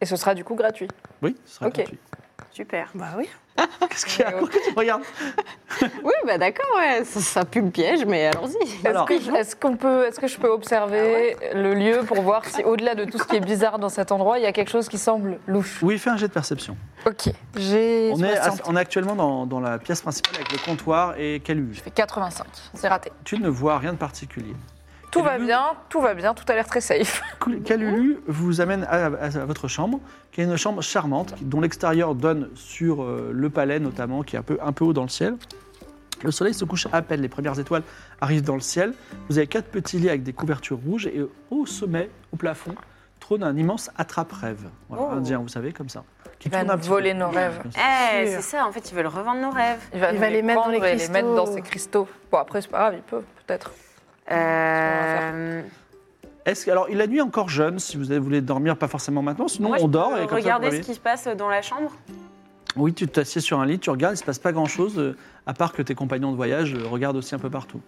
Speaker 4: Et ce sera du coup gratuit.
Speaker 1: Oui, ce sera
Speaker 4: Ok.
Speaker 1: gratuit.
Speaker 2: Super.
Speaker 5: Bah oui.
Speaker 1: Qu'est-ce qu'il y a Pourquoi tu me regardes
Speaker 5: Oui, bah d'accord, ouais. Ça, ça pue le piège, mais allons-y.
Speaker 4: Est-ce
Speaker 1: Alors. Ah
Speaker 4: que, est-ce qu'on peut, est-ce que je peux observer le lieu pour voir si, au-delà de tout ce qui est bizarre dans cet endroit, il y a quelque chose qui semble louche
Speaker 1: Oui, fais un jet de perception.
Speaker 4: Ok, j'ai
Speaker 1: On est, à-
Speaker 4: 60.
Speaker 1: on est actuellement dans, dans la pièce principale avec le comptoir et Calu.
Speaker 4: Je fais 85, c'est raté.
Speaker 1: Tu ne vois rien de particulier.
Speaker 4: Tout
Speaker 1: Et
Speaker 4: va
Speaker 1: le-
Speaker 4: bien, tout va bien, tout a l'air très safe.
Speaker 1: Calulu vous amène à, à- à votre chambre, qui est une chambre charmante, qui- dont l'extérieur donne sur euh, le palais notamment, qui est un peu, un peu haut dans le ciel. Le soleil se couche à peine, les premières étoiles arrivent dans le ciel. Vous avez quatre petits lits avec des couvertures rouges et euh, au sommet, au plafond, trône un immense attrape-rêve. Voilà,
Speaker 2: Oh.
Speaker 1: Indien, vous savez, comme ça. Qui
Speaker 4: Il va
Speaker 1: tourne
Speaker 4: nous
Speaker 1: un petit
Speaker 4: voler
Speaker 1: peu.
Speaker 4: nos rêves.
Speaker 1: Comme ça.
Speaker 2: Eh, c'est ça, en fait, ils veulent revendre nos rêves.
Speaker 3: Il
Speaker 4: nous
Speaker 3: va les mettre dans
Speaker 4: prendre
Speaker 3: les
Speaker 4: et les mettre dans
Speaker 3: cristaux.
Speaker 4: ces cristaux. Bon, après, c'est pas grave, il peut, peut-être.
Speaker 2: Euh,
Speaker 1: Est-ce que- alors la nuit est encore jeune si vous voulez dormir pas forcément maintenant sinon
Speaker 2: moi, je
Speaker 1: on
Speaker 2: peux
Speaker 1: dort et comme ça, vous
Speaker 2: Regardez
Speaker 1: voyez.
Speaker 2: ce qui se passe dans la chambre.
Speaker 1: Oui, tu t'assieds sur un lit, tu regardes, il se passe pas grand-chose euh, à part que tes compagnons de voyage euh, regardent aussi un peu partout.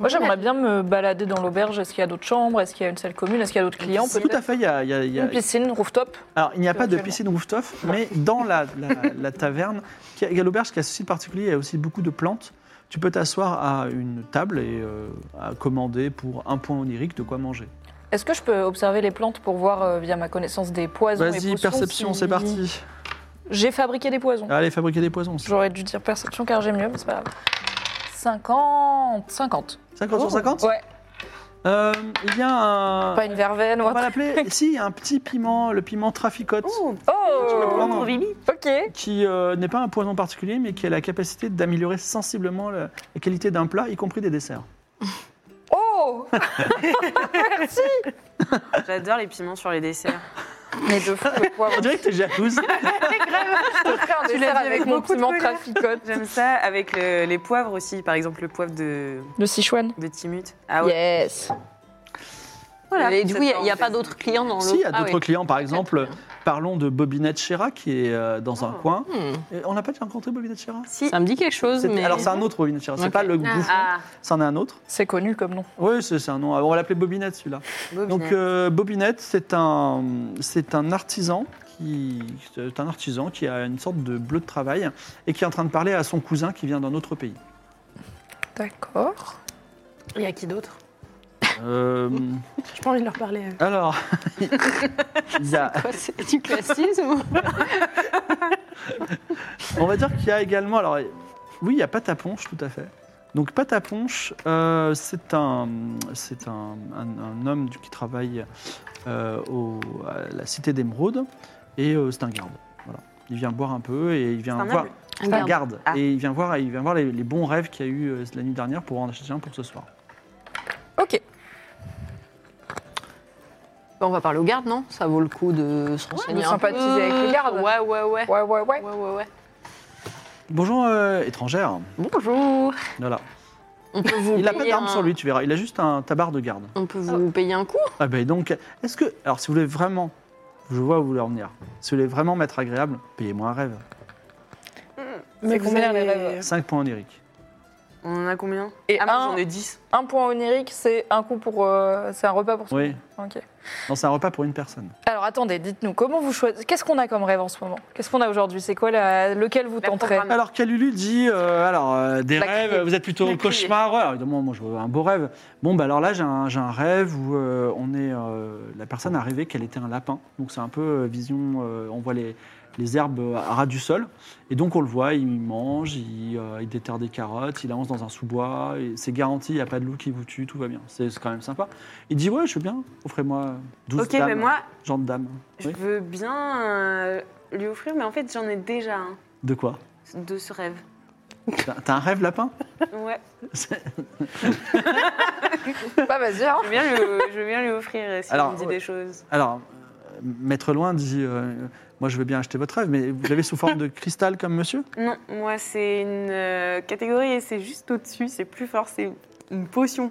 Speaker 4: Moi, j'aimerais bien me balader dans l'auberge. Est-ce qu'il y a d'autres chambres Est-ce qu'il y a une salle commune Est-ce qu'il y a d'autres clients
Speaker 1: Tout à
Speaker 4: peut-être
Speaker 1: fait, il y a, il y a- il y a-
Speaker 4: Une piscine, rooftop
Speaker 1: alors il n'y a pas de
Speaker 4: éventuellement.
Speaker 1: piscine rooftop, mais dans la, la- la taverne, qui a- il y a l'auberge qui a ceci de particulier, il y a aussi beaucoup de plantes. Tu peux t'asseoir à une table et euh, à commander pour un point onirique de quoi manger.
Speaker 4: Est-ce que je peux observer les plantes pour voir, euh, via ma connaissance des poisons et
Speaker 1: Vas-y,
Speaker 4: potions,
Speaker 1: perception,
Speaker 4: si-
Speaker 1: c'est parti. Ah.
Speaker 4: J'ai fabriqué des poisons.
Speaker 1: Allez, fabriquer des poisons.
Speaker 4: J'aurais dû dire perception car j'ai mieux, mais c'est pas grave. 50 50
Speaker 1: 50 sur 50
Speaker 4: Oh, Ouais,
Speaker 1: Euh, Il y a un...
Speaker 4: pas une verveine ou
Speaker 1: On va
Speaker 4: autre.
Speaker 1: l'appeler,
Speaker 4: *laughs*
Speaker 1: si, il y a un petit piment, le piment traficote,
Speaker 4: Oh
Speaker 1: prendre.
Speaker 2: Vivi.
Speaker 4: Ok
Speaker 1: qui euh, n'est pas un poison particulier, mais qui a la capacité d'améliorer sensiblement la, la qualité d'un plat, y compris des desserts.
Speaker 4: Oh *laughs* Merci
Speaker 2: J'adore les piments sur les desserts.
Speaker 4: Mais de fou, le
Speaker 1: On
Speaker 4: poivre.
Speaker 1: dirait que t'es
Speaker 5: *laughs*
Speaker 1: jalouse.
Speaker 4: Je te ferai un
Speaker 3: l'as
Speaker 4: dessert
Speaker 3: dit
Speaker 4: avec
Speaker 3: avec
Speaker 4: mon
Speaker 3: beaucoup de
Speaker 4: piment
Speaker 3: colère.
Speaker 4: traficote.
Speaker 2: *laughs* J'aime ça avec le- les poivres aussi, par exemple le poivre de,
Speaker 4: Le Sichuan
Speaker 2: de Timut. Ah ouais.
Speaker 4: Yes
Speaker 2: Voilà.
Speaker 5: Et du coup, il n'y a,
Speaker 2: Septembre,
Speaker 5: pas d'autres clients dans le.
Speaker 1: si, il y a
Speaker 5: Ah
Speaker 1: d'autres
Speaker 5: oui.
Speaker 1: clients, par exemple, parlons de Bobinette Chéra, qui est euh, dans un
Speaker 2: Oh.
Speaker 1: coin.
Speaker 5: Hmm.
Speaker 1: Et on n'a pas déjà rencontré Bobinette Chéra
Speaker 2: Si.
Speaker 5: Ça me dit quelque chose,
Speaker 1: C'est-
Speaker 5: mais.
Speaker 1: Alors, c'est un autre Bobinette Chéra, c'est
Speaker 5: Ok.
Speaker 1: pas le bouffon,
Speaker 2: Ah,
Speaker 1: c'en est un autre.
Speaker 4: C'est connu comme nom.
Speaker 1: Oui, c'est c'est un nom. On va l'appeler Bobinette, celui-là.
Speaker 5: Bah
Speaker 1: Donc euh, Bobinette, c'est un, c'est un artisan qui, c'est un artisan qui a une sorte de bleu de travail et qui est en train de parler à son cousin qui vient d'un autre pays.
Speaker 4: D'accord.
Speaker 5: Il y a qui d'autre
Speaker 1: Euh,
Speaker 3: J'ai pas envie de leur parler.
Speaker 1: alors, *laughs* il y a-
Speaker 5: Quoi, C'est du classisme
Speaker 1: on va dire qu'il y a également, alors oui, il y a pâte à ponche, tout à fait. Donc pâte à ponche, euh, c'est un, c'est un, un- un homme du- qui travaille euh, au- à la cité d'Émeraude et euh, c'est un garde. Voilà. Il vient boire un peu et il vient
Speaker 2: C'est un
Speaker 1: voir.
Speaker 2: noble
Speaker 1: C'est un garde.
Speaker 2: Ah.
Speaker 1: Et il vient voir, il vient voir les, les bons rêves qu'il y a eu euh, la nuit dernière pour en acheter un pour ce soir.
Speaker 4: Ok.
Speaker 5: Bah, On va parler au garde, non Ça vaut le coup de se renseigner.
Speaker 4: de
Speaker 5: un
Speaker 4: sympathiser
Speaker 5: peu.
Speaker 4: avec le garde.
Speaker 5: Ouais, ouais, ouais.
Speaker 4: Ouais, ouais, ouais.
Speaker 5: Ouais, ouais, ouais.
Speaker 1: Bonjour, euh, étrangère.
Speaker 5: Bonjour.
Speaker 1: Voilà.
Speaker 5: On peut vous
Speaker 1: Il n'a pas
Speaker 5: payer
Speaker 1: d'arme
Speaker 5: un-
Speaker 1: sur lui, tu verras. Il a juste un tabard de garde.
Speaker 5: On peut vous payer un coup *laughs*
Speaker 1: Ah ben donc, est-ce que. Alors, si vous voulez vraiment. Je vois où vous voulez en venir. Si vous voulez vraiment m'être agréable, payez-moi un rêve.
Speaker 3: *laughs*
Speaker 4: C'est combien les rêves
Speaker 1: 5 points oniriques.
Speaker 2: On en a combien
Speaker 4: Et
Speaker 2: Ah, moi
Speaker 4: un-
Speaker 2: j'en ai 10.
Speaker 4: Un point onirique, c'est un coup pour. euh, c'est un repas pour.
Speaker 1: Oui,
Speaker 4: Ok.
Speaker 1: non, c'est un repas pour une personne.
Speaker 4: Alors attendez, dites-nous, comment vous choisissez. Qu'est-ce qu'on a comme rêve en ce moment Qu'est-ce qu'on a aujourd'hui C'est quoi la- lequel vous
Speaker 2: La
Speaker 4: tenterez
Speaker 2: programme-
Speaker 1: Alors Kalulu dit, euh, alors euh, des
Speaker 2: La
Speaker 1: rêves,
Speaker 2: criée.
Speaker 1: vous êtes plutôt
Speaker 2: La
Speaker 1: au
Speaker 2: criée.
Speaker 1: cauchemar, ouais, alors, évidemment moi je veux un beau rêve. Bon bah alors là j'ai un, j'ai un rêve où euh, on est, euh, la personne a rêvé qu'elle était un lapin, donc c'est un peu euh, vision, euh, on voit les, les herbes à ras du sol, et donc on le voit, il mange, il, euh, il déterre des carottes, il avance dans un sous-bois, et c'est garanti, il n'y a pas de loup qui vous tue, tout va bien, c'est c'est quand même sympa. Il dit ouais je veux bien, offrez-moi 12
Speaker 2: Ok,
Speaker 1: dames,
Speaker 2: ben moi,
Speaker 1: genre de dames.
Speaker 2: je
Speaker 1: Oui.
Speaker 2: veux bien euh, lui offrir, mais en fait j'en ai déjà un
Speaker 1: De quoi
Speaker 2: de ce rêve.
Speaker 1: T'as t'as un rêve lapin
Speaker 2: Ouais,
Speaker 4: Bah vas-y, hein.
Speaker 2: je veux bien lui, je veux bien lui offrir euh, si
Speaker 1: Alors,
Speaker 2: il me dit
Speaker 1: ouais.
Speaker 2: des choses.
Speaker 1: Alors, euh, Maître Loin dit euh, Moi, je veux bien acheter votre rêve, mais vous l'avez sous forme de cristal comme monsieur
Speaker 2: Non, moi c'est une euh, catégorie et c'est juste au-dessus, c'est plus fort, c'est une potion.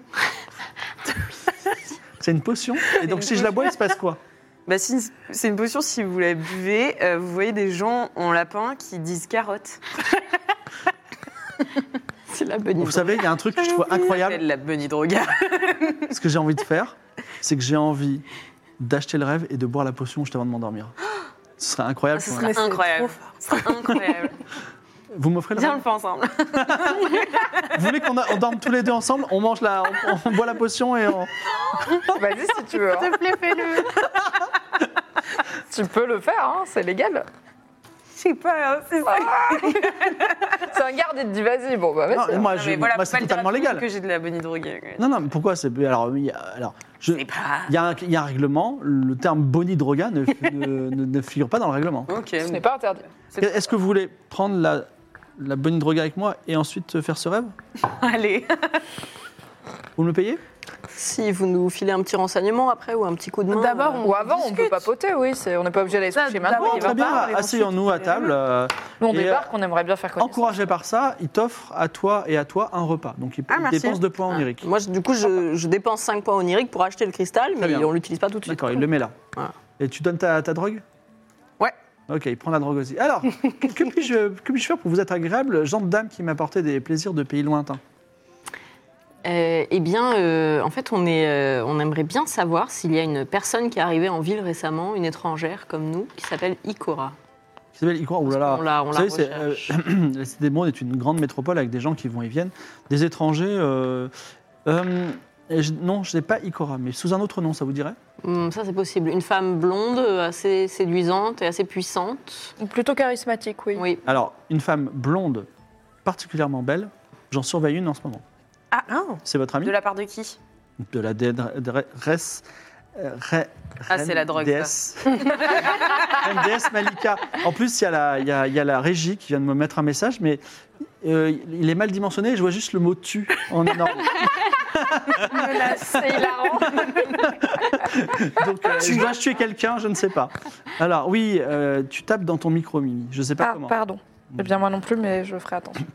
Speaker 1: C'est une potion. Et donc,
Speaker 2: une
Speaker 1: si je la bois, il se passe quoi
Speaker 2: Bah, si, c'est une potion, si vous la buvez, euh, vous voyez des gens en lapin qui disent carotte.
Speaker 5: C'est la bonne
Speaker 1: Vous savez, il y a un truc que Ah, je trouve incroyable.
Speaker 2: Elle la bunny droga.
Speaker 1: Ce que j'ai envie de faire, c'est que j'ai envie d'acheter le rêve et de boire la potion juste avant de m'endormir. Ce serait incroyable.
Speaker 2: Ah, Ce
Speaker 1: quoi.
Speaker 2: serait
Speaker 3: c'est trop
Speaker 2: incroyable.
Speaker 3: fort.
Speaker 2: Ce serait incroyable.
Speaker 1: Ah, Vous m'offrez le
Speaker 2: Viens, on
Speaker 1: rêve
Speaker 2: le fait ensemble.
Speaker 1: Vous voulez qu'on a- on dorme tous les deux ensemble On mange la, on, on boit la potion et on.
Speaker 4: Vas-y si tu veux. hein.
Speaker 3: S'il te plaît, fais-le.
Speaker 4: tu peux le faire, hein, c'est légal. Ah.
Speaker 2: Je sais pas, hein, c'est ça.
Speaker 4: *laughs* C'est un garde, il te dit vas-y. Bon, bah
Speaker 1: Non,
Speaker 4: vas-y.
Speaker 1: moi, je- moi, c'est totalement légal.
Speaker 2: que j'ai de la bunny droga.
Speaker 1: Non, non, mais pourquoi c'est alors, oui, alors je-
Speaker 2: C'est pas.
Speaker 1: il y, a un- il y a un règlement. Le terme boni droga ne- ne- ne- ne figure pas dans le règlement.
Speaker 2: Ok.
Speaker 4: Ce n'est pas interdit.
Speaker 1: Est-ce que vous voulez prendre la, la bonne drogue avec moi et ensuite euh, faire ce rêve
Speaker 2: Allez.
Speaker 1: Vous me le payez
Speaker 5: Si vous nous filez un petit renseignement après ou un petit coup de main.
Speaker 3: D'abord,
Speaker 5: euh,
Speaker 3: on
Speaker 4: Ou avant, on peut
Speaker 3: discute.
Speaker 4: papoter, oui. c'est- On n'est pas obligé d'aller se
Speaker 3: Ça,
Speaker 4: coucher maintenant.
Speaker 3: d'abord,
Speaker 4: il va
Speaker 1: Très bien,
Speaker 3: parle, et
Speaker 1: asseyons-nous à
Speaker 3: ensuite,
Speaker 1: table. euh,
Speaker 4: Nous, on
Speaker 1: Et, euh,
Speaker 4: débarque, on aimerait bien faire connaissance.
Speaker 1: encouragé par ça, il t'offre à toi et à toi un repas. Donc il,
Speaker 2: Ah,
Speaker 1: il
Speaker 2: merci.
Speaker 1: dépense deux points oniriques.
Speaker 5: Moi, je- du coup, je, je dépense 5 points oniriques pour acheter le cristal,
Speaker 1: Très
Speaker 5: mais
Speaker 1: bien.
Speaker 5: on l'utilise pas tout de suite.
Speaker 1: D'accord, il le met là.
Speaker 5: Voilà.
Speaker 1: Et tu donnes ta, ta drogue
Speaker 5: Ouais.
Speaker 1: Ok, il prend la drogue aussi. Alors, que, que puis-je que puis-je faire pour vous être agréable, gens de dame qui m'apportait des plaisirs de pays lointains
Speaker 5: Euh, eh bien, euh, en fait, on, est, euh, on aimerait bien savoir s'il y a une personne qui est arrivée en ville récemment, une étrangère comme nous, qui s'appelle Ikora.
Speaker 1: Qui s'appelle Ikora, oh là là.
Speaker 5: On la,
Speaker 1: Vous
Speaker 5: on la
Speaker 1: savez, c'est,
Speaker 5: recherche.
Speaker 1: euh, *clears throat* la Cité des Mondes est une grande métropole avec des gens qui vont et viennent. Des étrangers. euh, euh, et je- non, je n'ai pas Ikora, mais sous un autre nom, ça vous dirait
Speaker 5: Hum, ça, c'est possible. Une femme blonde, euh, assez séduisante et assez puissante.
Speaker 4: Ou Plutôt charismatique, oui.
Speaker 5: Oui.
Speaker 1: Alors, une femme blonde, particulièrement belle. J'en surveille une en ce moment.
Speaker 2: Ah,
Speaker 1: C'est votre amie
Speaker 2: De la part de qui
Speaker 1: De la dé- dre- dre- res- euh, re-
Speaker 2: Ah,
Speaker 1: reine
Speaker 2: c'est la drogue, ça.
Speaker 1: Déesse. *laughs* Reine déesse Malika. En plus, il y, a la- il y a, il y a la régie qui vient de me mettre un message, mais euh, il est mal dimensionné. Je vois juste le mot tu en énorme.
Speaker 4: C'est hilarant.
Speaker 1: Donc, euh, je dois tuer quelqu'un, je ne sais pas. Alors, oui, euh, tu tapes dans ton micro, Mimi. Je ne sais pas
Speaker 4: Ah,
Speaker 1: comment.
Speaker 4: pardon. Eh bien, moi non plus, mais je ferai attention.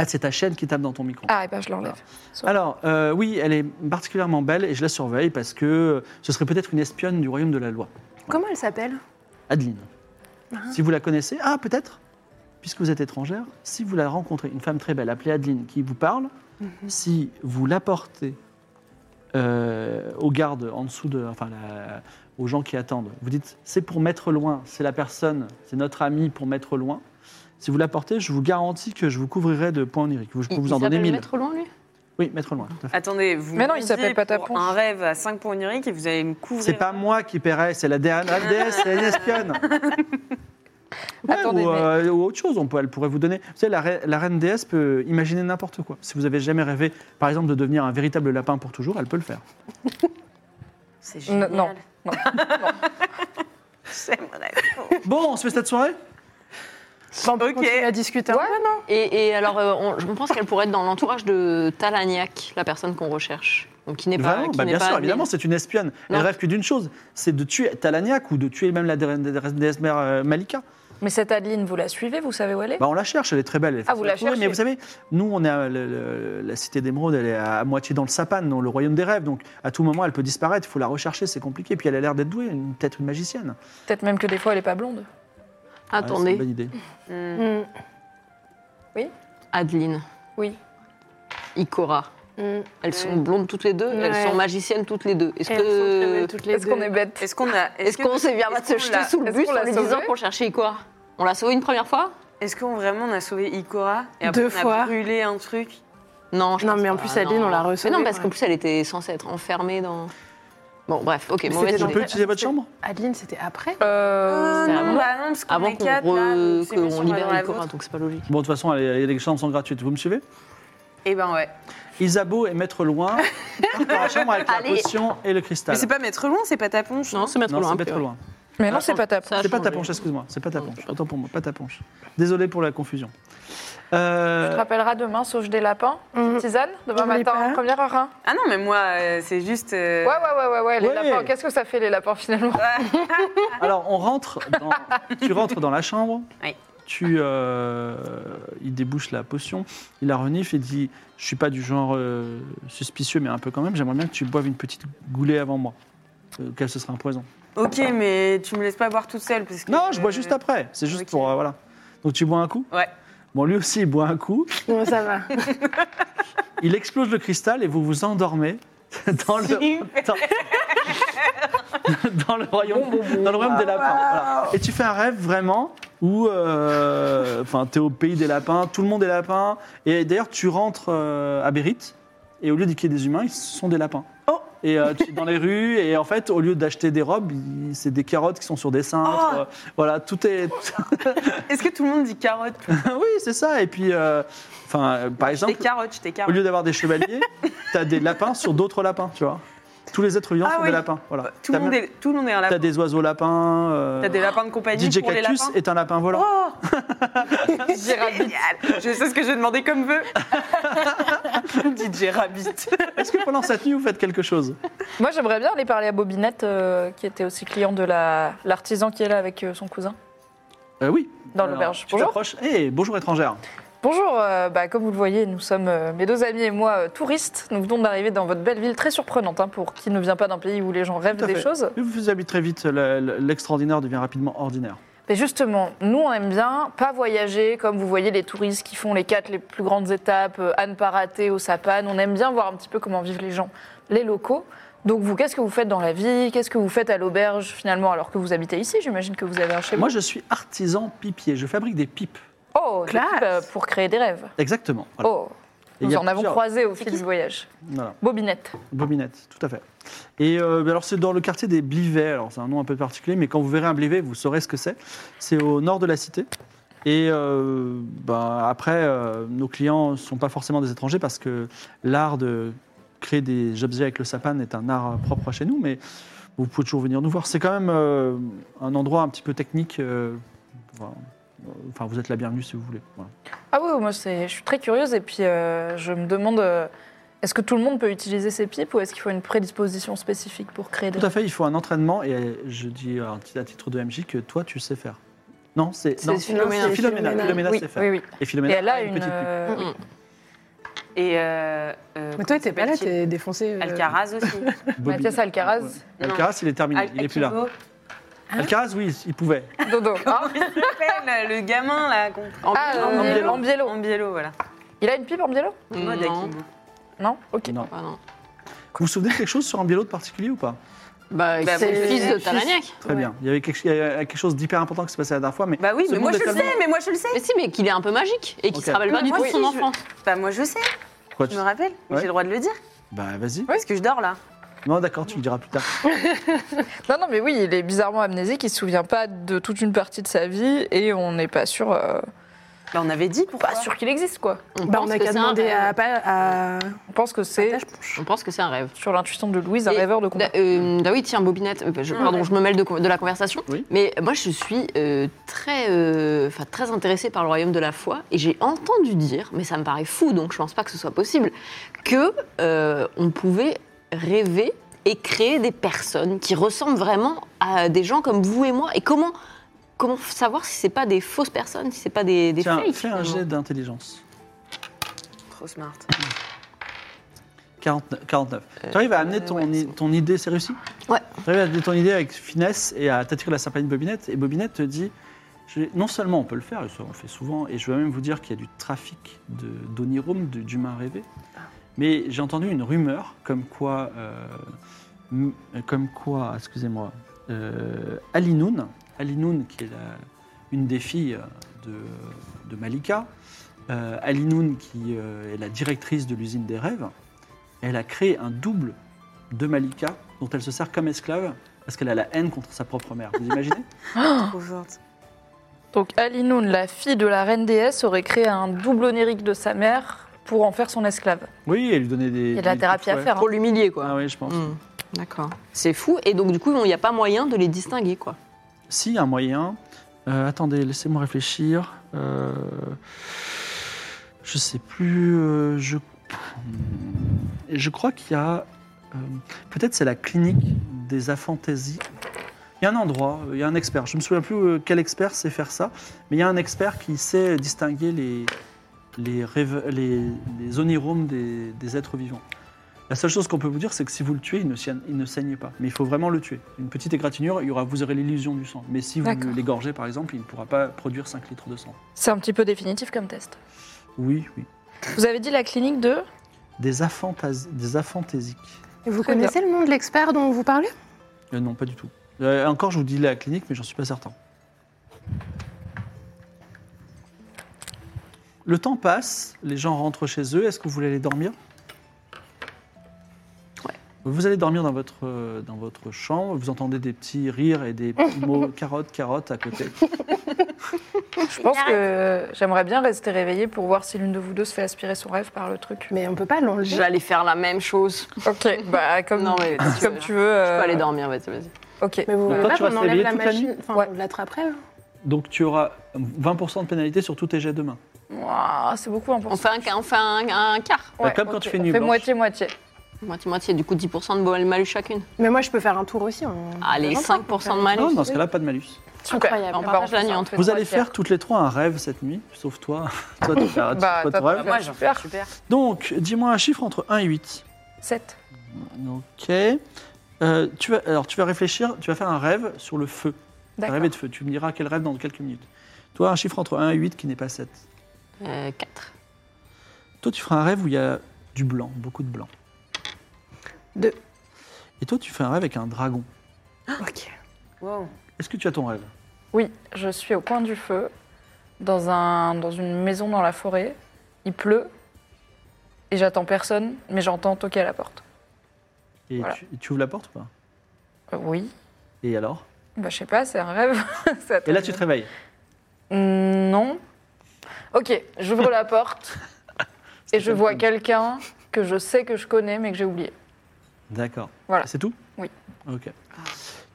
Speaker 1: Ah, c'est ta chaîne qui tape dans ton micro.
Speaker 4: Ah, et ben, je l'enlève.
Speaker 1: Alors, euh, oui, elle est particulièrement belle et je la surveille parce que ce serait peut-être une espionne du royaume de la loi,
Speaker 3: Comment elle s'appelle
Speaker 1: Adeline. Si vous la connaissez, ah, peut-être, puisque vous êtes étrangère, si vous la rencontrez, une femme très belle appelée Adeline qui vous parle, si vous l'apportez euh, aux gardes en dessous de. Enfin, la- aux gens qui attendent, vous dites c'est pour mettre loin, c'est la personne, c'est notre ami pour mettre loin. Si vous l'apportez, je vous garantis que je vous couvrirai de points oniriques. Je peux
Speaker 5: Il-
Speaker 1: vous
Speaker 5: il
Speaker 1: en donner
Speaker 5: s'appelle
Speaker 1: 1000.
Speaker 5: Maître loin, lui
Speaker 1: Oui, mettre loin. tout à fait.
Speaker 2: Attendez, vous.
Speaker 4: Mais non, il
Speaker 2: mendiez
Speaker 4: s'appelle pas ta
Speaker 2: pour
Speaker 4: ponche.
Speaker 2: Un rêve à 5 points oniriques et Ah, vous allez me couvrir.
Speaker 1: C'est pas moi qui paierai, c'est la DRS, c'est une espionne. Ouais,
Speaker 4: Attendez,
Speaker 1: ou,
Speaker 4: mais-
Speaker 1: euh, ou autre chose, on peut, elle pourrait vous donner. Vous savez, la, re- la reine déesse peut imaginer n'importe quoi. Si vous avez jamais rêvé, par exemple, de devenir un véritable lapin pour toujours, elle peut le faire.
Speaker 2: C'est
Speaker 4: Non,
Speaker 2: génial. *laughs*
Speaker 4: non.
Speaker 2: J'aimerais.
Speaker 1: *laughs* Bon, on se fait cette soirée
Speaker 2: Ok.
Speaker 3: Continue à discuter.
Speaker 4: Ouais.
Speaker 5: Et, et alors, euh, on, je pense qu'elle pourrait être dans l'entourage de Talagnac, la personne qu'on recherche. Donc, qui n'est pas.
Speaker 1: Vraiment
Speaker 5: Eh ben, qui
Speaker 1: Bah,
Speaker 5: n'est
Speaker 1: Bien
Speaker 5: pas
Speaker 1: sûr,
Speaker 5: admise.
Speaker 1: évidemment, c'est une espionne. Elle
Speaker 5: Non.
Speaker 1: rêve que d'une chose, c'est de tuer Talaniac ou de tuer même la reine déesse mère euh, Malika.
Speaker 4: Mais cette Adeline, vous la suivez Vous savez où elle est
Speaker 1: Bah, on la cherche, elle est très belle. elle est
Speaker 4: Ah, vous
Speaker 1: facile à
Speaker 4: la
Speaker 1: trouver,
Speaker 4: cherchez.
Speaker 1: Mais vous savez, nous, on est à le- le- la cité d'émeraude, elle est à, à moitié dans le sapane, dans le royaume des rêves. Donc, à tout moment, elle peut disparaître. Il faut la rechercher, c'est compliqué. Puis, elle a l'air d'être douée, une- peut-être une magicienne.
Speaker 4: Peut-être même que des fois, elle n'est pas blonde.
Speaker 1: Ouais, Ah, c'est
Speaker 5: Attendez,
Speaker 3: Mm,
Speaker 1: une bonne idée.
Speaker 2: Hmm.
Speaker 3: Hmm.
Speaker 5: Adeline.
Speaker 4: Oui.
Speaker 5: Ikora. Elles sont blondes toutes les deux, elles
Speaker 3: Ouais.
Speaker 5: sont magiciennes toutes les deux. Est-ce
Speaker 3: mm. Elles sont très
Speaker 5: que
Speaker 3: belles toutes les
Speaker 4: Est-ce qu'on
Speaker 3: deux.
Speaker 4: est bête
Speaker 2: Est-ce qu'on a.
Speaker 5: est-ce qu'on s'est bien
Speaker 2: est-ce
Speaker 5: se
Speaker 2: qu'on
Speaker 5: jeter
Speaker 2: l'a-
Speaker 5: sous le
Speaker 4: est-ce
Speaker 5: bus
Speaker 4: qu'on
Speaker 5: en
Speaker 4: l'a
Speaker 5: lui disant
Speaker 4: sauvée
Speaker 5: pour chercher Ikora On l'a sauvée une première fois
Speaker 2: Est-ce qu'on vraiment on a sauvé Ikora et après,
Speaker 3: Deux
Speaker 2: on a
Speaker 3: fois.
Speaker 2: brûlé un truc
Speaker 5: Non, je
Speaker 3: Non,
Speaker 5: pense
Speaker 3: mais en
Speaker 5: pas, Ah
Speaker 3: plus, Aline,
Speaker 5: non.
Speaker 3: on l'a
Speaker 5: Mais
Speaker 3: reçue,
Speaker 5: Non, parce
Speaker 3: ouais.
Speaker 5: qu'en plus, elle était censée être enfermée dans. Bon, bref, ok,
Speaker 3: c'était
Speaker 5: mauvaise
Speaker 3: dans
Speaker 1: On peut
Speaker 5: idée.
Speaker 3: le-
Speaker 1: utiliser votre chambre
Speaker 3: Adeline, c'était après
Speaker 4: Euh,
Speaker 2: Euh,
Speaker 5: C'est
Speaker 2: non,
Speaker 5: avant-
Speaker 2: bah non, parce qu'on
Speaker 5: Avant
Speaker 2: est
Speaker 5: qu'on
Speaker 2: quatre, là,
Speaker 5: re-
Speaker 2: donc c'est mieux si
Speaker 5: qu'on
Speaker 2: on va dans
Speaker 5: libère
Speaker 2: la
Speaker 5: Ikora,
Speaker 2: vôtre.
Speaker 5: donc c'est pas logiques.
Speaker 1: Bon, de toute façon, les, les chambres sont gratuites. Vous me suivez
Speaker 2: Eh ben ouais.
Speaker 1: Isabeau et Maître Loin partent dans la chambre avec
Speaker 5: Allez.
Speaker 1: la potion et le cristal.
Speaker 2: Mais c'est pas mettre loin, c'est pas ta ponche.
Speaker 5: Non, c'est mettre
Speaker 1: Non,
Speaker 5: loin.
Speaker 1: c'est
Speaker 5: un peu,
Speaker 1: Maître
Speaker 5: ouais.
Speaker 1: Loin.
Speaker 4: Mais non,
Speaker 5: Ah,
Speaker 4: c'est pas ta
Speaker 5: ça a
Speaker 1: C'est pas ta
Speaker 5: changé.
Speaker 1: ponche, excuse-moi. C'est pas ta
Speaker 5: Non,
Speaker 1: ponche. Autant pour moi, pas ta ponche. Désolé pour la confusion. Euh,
Speaker 4: Tu te rappelleras demain, sauge des lapins,
Speaker 3: Mhm.
Speaker 4: tisane, demain
Speaker 3: N'oublie
Speaker 4: matin,
Speaker 3: pas.
Speaker 4: première heure. hein.
Speaker 2: Ah non, mais moi, euh, c'est juste. euh,
Speaker 4: Ouais, ouais, ouais, ouais, ouais, les
Speaker 1: Ouais.
Speaker 4: lapins. Qu'est-ce que ça fait, les lapins, finalement
Speaker 1: Alors, on rentre. Dans, tu rentres dans la chambre.
Speaker 2: Oui.
Speaker 1: Tu, euh, il débouche la potion. Il la renifle et dit Je suis pas du genre euh, suspicieux, mais un peu quand même. J'aimerais bien que tu boives une petite goulée avant moi. Euh, Qu'elle ce sera un poison.
Speaker 2: Ok, mais tu me laisses pas boire toute seule. Parce que,
Speaker 1: Non, je bois
Speaker 2: euh,
Speaker 1: juste après. C'est juste
Speaker 2: ok.
Speaker 1: pour. euh, voilà. Donc, tu bois un coup
Speaker 2: Ouais.
Speaker 1: Bon, lui aussi, il boit un coup.
Speaker 3: Non, ça va.
Speaker 1: Il explose le cristal et vous vous endormez *laughs* dans le, dans, dans le royaume, dans le royaume des lapins. Voilà. Et tu fais un rêve vraiment où euh, enfin, tu es au pays des lapins, tout le monde est lapin. Et d'ailleurs, tu rentres euh, à Bérite et au lieu qu'il y ait des humains, ils sont des lapins.
Speaker 2: Oh.
Speaker 1: Et euh, tu es dans les
Speaker 2: *laughs*
Speaker 1: rues, et en fait, au lieu d'acheter des robes, il- c'est des carottes qui sont sur des cintres.
Speaker 2: Oh
Speaker 1: euh, voilà, tout est.
Speaker 2: euh, Est-ce que tout le monde dit carotte
Speaker 1: Ah oui, c'est ça. Et puis, euh, enfin, euh, par
Speaker 2: J'étais
Speaker 1: exemple,
Speaker 2: carotte, j'étais
Speaker 1: au
Speaker 2: carotte.
Speaker 1: lieu d'avoir des chevaliers, t'as des lapins sur d'autres lapins, tu vois. Tous les êtres vivants
Speaker 2: Ah
Speaker 1: sont
Speaker 2: oui.
Speaker 1: des lapins. Voilà.
Speaker 2: Tout
Speaker 1: t'as
Speaker 2: le monde
Speaker 1: même-
Speaker 2: est, tout le monde est un
Speaker 1: t'as
Speaker 2: lapin.
Speaker 1: des oiseaux lapins. euh,
Speaker 2: T'as des lapins de compagnie
Speaker 1: DJ
Speaker 2: pour
Speaker 1: Cactus
Speaker 2: les lapins.
Speaker 1: est un lapin volant. *laughs*
Speaker 2: Oh Génial Je sais ce que je vais demander
Speaker 1: *laughs*
Speaker 2: comme vœu. DJ Rabbit.
Speaker 1: Est-ce que pendant cette nuit vous faites quelque chose
Speaker 4: Moi, j'aimerais bien aller parler à Bobinette, euh, qui était aussi client de la- l'artisan qui est là avec euh, son cousin
Speaker 1: Euh, Oui.
Speaker 4: dans
Speaker 1: Alors,
Speaker 4: l'auberge.
Speaker 1: Tu
Speaker 4: Bonjour.
Speaker 1: t'approches. Eh, bonjour étrangère.
Speaker 4: Bonjour, euh, bah, comme vous le voyez, nous sommes, euh, mes deux amis et moi, euh, touristes. Nous venons d'arriver dans votre belle ville, très surprenante, hein, pour qui ne vient pas d'un pays où les gens rêvent
Speaker 1: Tout à
Speaker 4: des
Speaker 1: fait.
Speaker 4: choses.
Speaker 1: Mais vous habitez très vite, le- le- l'extraordinaire devient rapidement ordinaire.
Speaker 4: Mais justement, nous, on aime bien pas voyager, comme vous voyez les touristes qui font les quatre les plus grandes étapes, euh, à ne pas rater au Sapan. On aime bien voir un petit peu comment vivent les gens, les locaux. Donc vous, qu'est-ce que vous faites dans la vie Qu'est-ce que vous faites à l'auberge, finalement, alors que vous habitez ici J'imagine que vous avez un chez vous.
Speaker 1: Moi je suis artisan pipier, je fabrique des pipes.
Speaker 4: Oh, des
Speaker 3: Classe.
Speaker 4: types, euh, pour créer des rêves.
Speaker 1: Exactement. Voilà.
Speaker 4: Oh,
Speaker 1: Et il
Speaker 4: nous
Speaker 1: y a
Speaker 4: en avons
Speaker 1: plusieurs-
Speaker 4: croisé au fil du voyage.
Speaker 1: Voilà.
Speaker 4: Bobinette.
Speaker 1: Bobinette, tout à fait. Et euh, alors c'est dans le quartier des Blivets, alors c'est un nom un peu particulier, mais quand vous verrez un Blivet, vous saurez ce que c'est. C'est au nord de la cité. Et euh, ben, après, euh, nos clients ne sont pas forcément des étrangers parce que l'art de créer des objets avec le sapin est un art propre à chez nous, mais vous pouvez toujours venir nous voir. C'est quand même euh, un endroit un petit peu technique. euh, voilà. Enfin, vous êtes la bienvenue si vous voulez. Voilà.
Speaker 4: Ah oui, moi c'est- je suis très curieuse et puis euh, je me demande, euh, est-ce que tout le monde peut utiliser ces pipes ou est-ce qu'il faut une prédisposition spécifique pour créer des
Speaker 1: Tout à fait, il faut un entraînement et je dis à à titre de MJ que toi, tu sais faire. Non, c'est non,
Speaker 5: C'est phénoménal.
Speaker 1: C'est Philomena, Philomena
Speaker 4: oui,
Speaker 1: sait faire.
Speaker 4: oui, oui.
Speaker 1: Et Philomena
Speaker 4: Et elle a
Speaker 1: une,
Speaker 4: une.
Speaker 1: petite pipe.
Speaker 4: euh,
Speaker 5: Mm.
Speaker 2: Et. Euh, euh,
Speaker 3: Mais
Speaker 2: comment
Speaker 3: toi, t'es pas là,
Speaker 2: s'appelle-t-il
Speaker 3: t'es défoncé. euh.
Speaker 2: Alcaraz aussi.
Speaker 1: Bobby.
Speaker 4: Mathias Alcaraz,
Speaker 1: Ouais. Alcaraz, il est terminé, il est plus là.
Speaker 2: Akibo.
Speaker 1: Alcaraz, oui, il pouvait.
Speaker 4: Dodo. hein
Speaker 2: Appelle le gamin là qu'on
Speaker 5: En
Speaker 4: Ah,
Speaker 5: bilan,
Speaker 4: euh,
Speaker 5: en bilan.
Speaker 4: en bielo.
Speaker 2: En biello, voilà.
Speaker 4: il a une pipe en bielo
Speaker 2: En mode
Speaker 5: Non.
Speaker 2: Akibo.
Speaker 4: Non Ok.
Speaker 1: Non.
Speaker 5: Mm. Ah, non.
Speaker 1: Vous vous souvenez de quelque chose sur un bielot de particulier ou pas
Speaker 5: Bah,
Speaker 2: Bah,
Speaker 5: c'est le
Speaker 2: vous-
Speaker 5: fils de
Speaker 2: fils.
Speaker 5: Taragnac.
Speaker 1: Très bien. Il y avait quelque, il y a quelque chose d'hyper important qui s'est passé la dernière fois, mais
Speaker 2: Bah oui,
Speaker 1: Ce
Speaker 2: mais moi
Speaker 1: monde
Speaker 2: je
Speaker 1: est
Speaker 2: le sais,
Speaker 1: tellement-
Speaker 2: mais moi je le sais.
Speaker 5: Mais si, mais qu'il est un peu magique et qu'il
Speaker 1: Ok.
Speaker 5: se rappelle pas du
Speaker 2: Moi
Speaker 5: tout de
Speaker 2: aussi,
Speaker 5: son
Speaker 2: je-
Speaker 5: enfance.
Speaker 2: Bah moi je sais,
Speaker 1: quoi
Speaker 2: je
Speaker 1: tu-
Speaker 2: me rappelle. Mais
Speaker 1: Ouais.
Speaker 2: J'ai le droit de le dire.
Speaker 1: Bah vas-y.
Speaker 2: Parce que je dors là.
Speaker 1: Non, d'accord, tu le diras plus tard.
Speaker 4: Non, non, mais oui, il est bizarrement amnésique, il se souvient pas de toute une partie de sa vie et on n'est pas sûr, euh,
Speaker 2: Bah on avait dit pourquoi.
Speaker 4: pas sûr qu'il existe quoi.
Speaker 3: Bah, on
Speaker 5: pense
Speaker 3: n'a
Speaker 5: que
Speaker 3: qu'à
Speaker 5: c'est un
Speaker 3: demander à.
Speaker 5: rêve.
Speaker 3: à, à...
Speaker 4: On pense que c'est
Speaker 5: On pense que c'est un rêve.
Speaker 4: sur l'intuition de Louise, un
Speaker 5: Et-
Speaker 4: rêveur de
Speaker 5: Da-
Speaker 4: combat.
Speaker 5: euh, ah oui, tiens, Bobinette, euh, je- pardon, je me mêle de, co- de la conversation.
Speaker 1: Oui.
Speaker 5: Mais moi, je suis euh, très, euh, enfin, très intéressée par le royaume de la foi et j'ai entendu dire, mais ça me paraît fou, donc je pense pas que ce soit possible, que euh, on pouvait rêver et créer des personnes qui ressemblent vraiment à des gens comme vous et moi. Et comment, comment savoir si c'est pas des fausses personnes, si c'est pas des, des
Speaker 1: Tiens,
Speaker 5: fakes, euh,
Speaker 1: fais un
Speaker 5: finalement.
Speaker 1: jet d'intelligence.
Speaker 2: Trop smart.
Speaker 1: 49. 49. tu arrives à amener ton, i- ton idée, c'est réussi
Speaker 5: Ouais.
Speaker 1: Tu arrives à amener ton idée avec finesse et à t'attirer la sympathie de Bobinette. Et Bobinette te dit j'ai- non seulement on peut le faire, et ça on le fait souvent, et je vais même vous dire qu'il y a du trafic de- d'onirum, de- d'humains rêvés, mais j'ai entendu une rumeur comme quoi, euh, m- comme quoi, excusez-moi, euh, Alinoun, Alinoun qui est la- une des filles euh, de, de Malika, euh, Alinoun qui euh, est la directrice de l'usine des rêves, elle a créé un double de Malika dont elle se sert comme esclave parce qu'elle a la haine contre sa propre mère. Vous imaginez
Speaker 2: Trop forte.
Speaker 4: Donc Alinoun, la fille de la reine déesse, aurait créé un double onirique de sa mère pour en faire son esclave.
Speaker 1: *laughs* Oui, elle lui donnait des.
Speaker 4: Il y a de la
Speaker 1: des-
Speaker 4: thérapie à
Speaker 1: ouais.
Speaker 4: faire. hein.
Speaker 5: Pour l'humilier, quoi.
Speaker 1: Ah oui, je pense.
Speaker 5: Hmm, D'accord. C'est fou. Et donc, du coup, il n'y a pas moyen de les distinguer, quoi.
Speaker 1: Si, un moyen. Euh, attendez, laissez-moi réfléchir. Euh, je sais plus. euh, je... je crois qu'il y a. euh, Peut-être c'est la clinique des aphantasies. Il y a un endroit, euh, il y a un expert. Je me souviens plus euh, quel expert sait faire ça, mais il y a un expert qui sait distinguer les, les, rêve- les, les oniromes des, des êtres vivants. La seule chose qu'on peut vous dire, c'est que si vous le tuez, il ne, saigne, il ne saigne pas. Mais il faut vraiment le tuer. Une petite égratignure, il y aura, vous aurez l'illusion du sang. Mais si vous
Speaker 4: D'accord.
Speaker 1: l'égorgez, par exemple, il ne pourra pas produire 5 litres de sang.
Speaker 4: C'est un petit peu définitif comme test.
Speaker 1: Oui, oui.
Speaker 4: Vous avez dit la clinique de
Speaker 1: Des, aphantas- des aphantésiques.
Speaker 3: Et vous
Speaker 4: Très
Speaker 3: connaissez le nom de l'expert dont vous parlez
Speaker 1: Euh, non, pas du tout. Euh, encore, je vous dis la clinique, mais j'en suis pas certain. Le temps passe, les gens rentrent chez eux. Est-ce que vous voulez aller dormir Vous allez dormir dans votre, euh, dans votre chambre. Vous entendez des petits rires et des petits *laughs* mots carotte, carotte à côté.
Speaker 4: Je pense que j'aimerais bien rester réveillée pour voir si l'une de vous deux se fait aspirer son rêve par le truc.
Speaker 3: Mais on peut pas l'enlever.
Speaker 5: J'allais faire la même chose. Je *laughs*
Speaker 4: Ok, bah comme,
Speaker 5: Non, mais tu
Speaker 4: comme
Speaker 5: veux.
Speaker 4: tu veux. euh,
Speaker 5: peux aller dormir, vas-y, vas-y.
Speaker 4: Ok.
Speaker 3: Mais
Speaker 1: Donc
Speaker 3: vous voulez
Speaker 1: Bah, toi,
Speaker 3: pas
Speaker 1: tu vas
Speaker 3: qu'on
Speaker 1: te
Speaker 3: enlève
Speaker 1: réveiller
Speaker 3: la
Speaker 1: toute la nuit
Speaker 3: machine Enfin,
Speaker 4: Ouais.
Speaker 3: on l'attraperait. hein.
Speaker 1: Donc tu auras 20% de pénalité sur tous tes jets demain.
Speaker 4: Ouah, c'est beaucoup important.
Speaker 5: On fait un, on fait un, un quart.
Speaker 1: Bah, comme quand tu fais nuit
Speaker 4: Fais
Speaker 1: blanche.
Speaker 4: moitié-moitié.
Speaker 5: Moitié-moitié, du coup 10% de bon malus chacune.
Speaker 3: Mais moi, je peux faire un tour aussi. en-
Speaker 5: Allez,
Speaker 3: en
Speaker 5: 5% de
Speaker 1: Non,
Speaker 5: malus.
Speaker 1: dans ce cas-là, pas de malus.
Speaker 3: Incroyable.
Speaker 4: Eh ben, On
Speaker 5: On
Speaker 4: va
Speaker 5: partage la nuit entre
Speaker 1: Vous allez faire toutes les trois un rêve cette nuit, sauf toi. *laughs* toi, tu feras
Speaker 4: Bah,
Speaker 1: toi, ton
Speaker 4: top.
Speaker 1: rêve.
Speaker 4: Moi, j'en fais
Speaker 2: super.
Speaker 1: Donc, dis-moi un chiffre entre 1 et 8.
Speaker 4: 7.
Speaker 1: Ok. Euh, tu vas, alors, tu vas réfléchir, tu vas faire un rêve sur le feu. Un
Speaker 4: D'accord.
Speaker 1: rêve de feu. Tu me diras quel rêve dans quelques minutes. Toi, un chiffre entre 1 et 8 qui n'est pas 7.
Speaker 5: 4.
Speaker 1: Toi, tu feras un rêve où il y a du blanc, beaucoup de blanc.
Speaker 3: Deux.
Speaker 1: Et toi, tu fais un rêve avec un dragon.
Speaker 3: Ok.
Speaker 2: Wow.
Speaker 1: Est-ce que tu as ton rêve
Speaker 4: Oui, je suis au coin du feu, dans, un, dans une maison dans la forêt. Il pleut, et j'attends personne, mais j'entends toquer à la porte.
Speaker 1: Et
Speaker 4: Voilà.
Speaker 1: tu, tu ouvres la porte ou pas
Speaker 4: Euh, oui,
Speaker 1: Et alors
Speaker 4: bah, je sais pas, c'est un rêve. *laughs* Ça
Speaker 1: Et là,
Speaker 4: tombe
Speaker 1: tu te
Speaker 4: bien. Mm,
Speaker 1: réveilles.
Speaker 4: Non. Ok, j'ouvre
Speaker 1: *laughs*
Speaker 4: la porte, et je
Speaker 1: pas le
Speaker 4: vois
Speaker 1: coup.
Speaker 4: quelqu'un que je sais que je connais, mais que j'ai oublié.
Speaker 1: D'accord.
Speaker 4: Voilà.
Speaker 1: C'est tout
Speaker 4: Oui.
Speaker 1: Ok.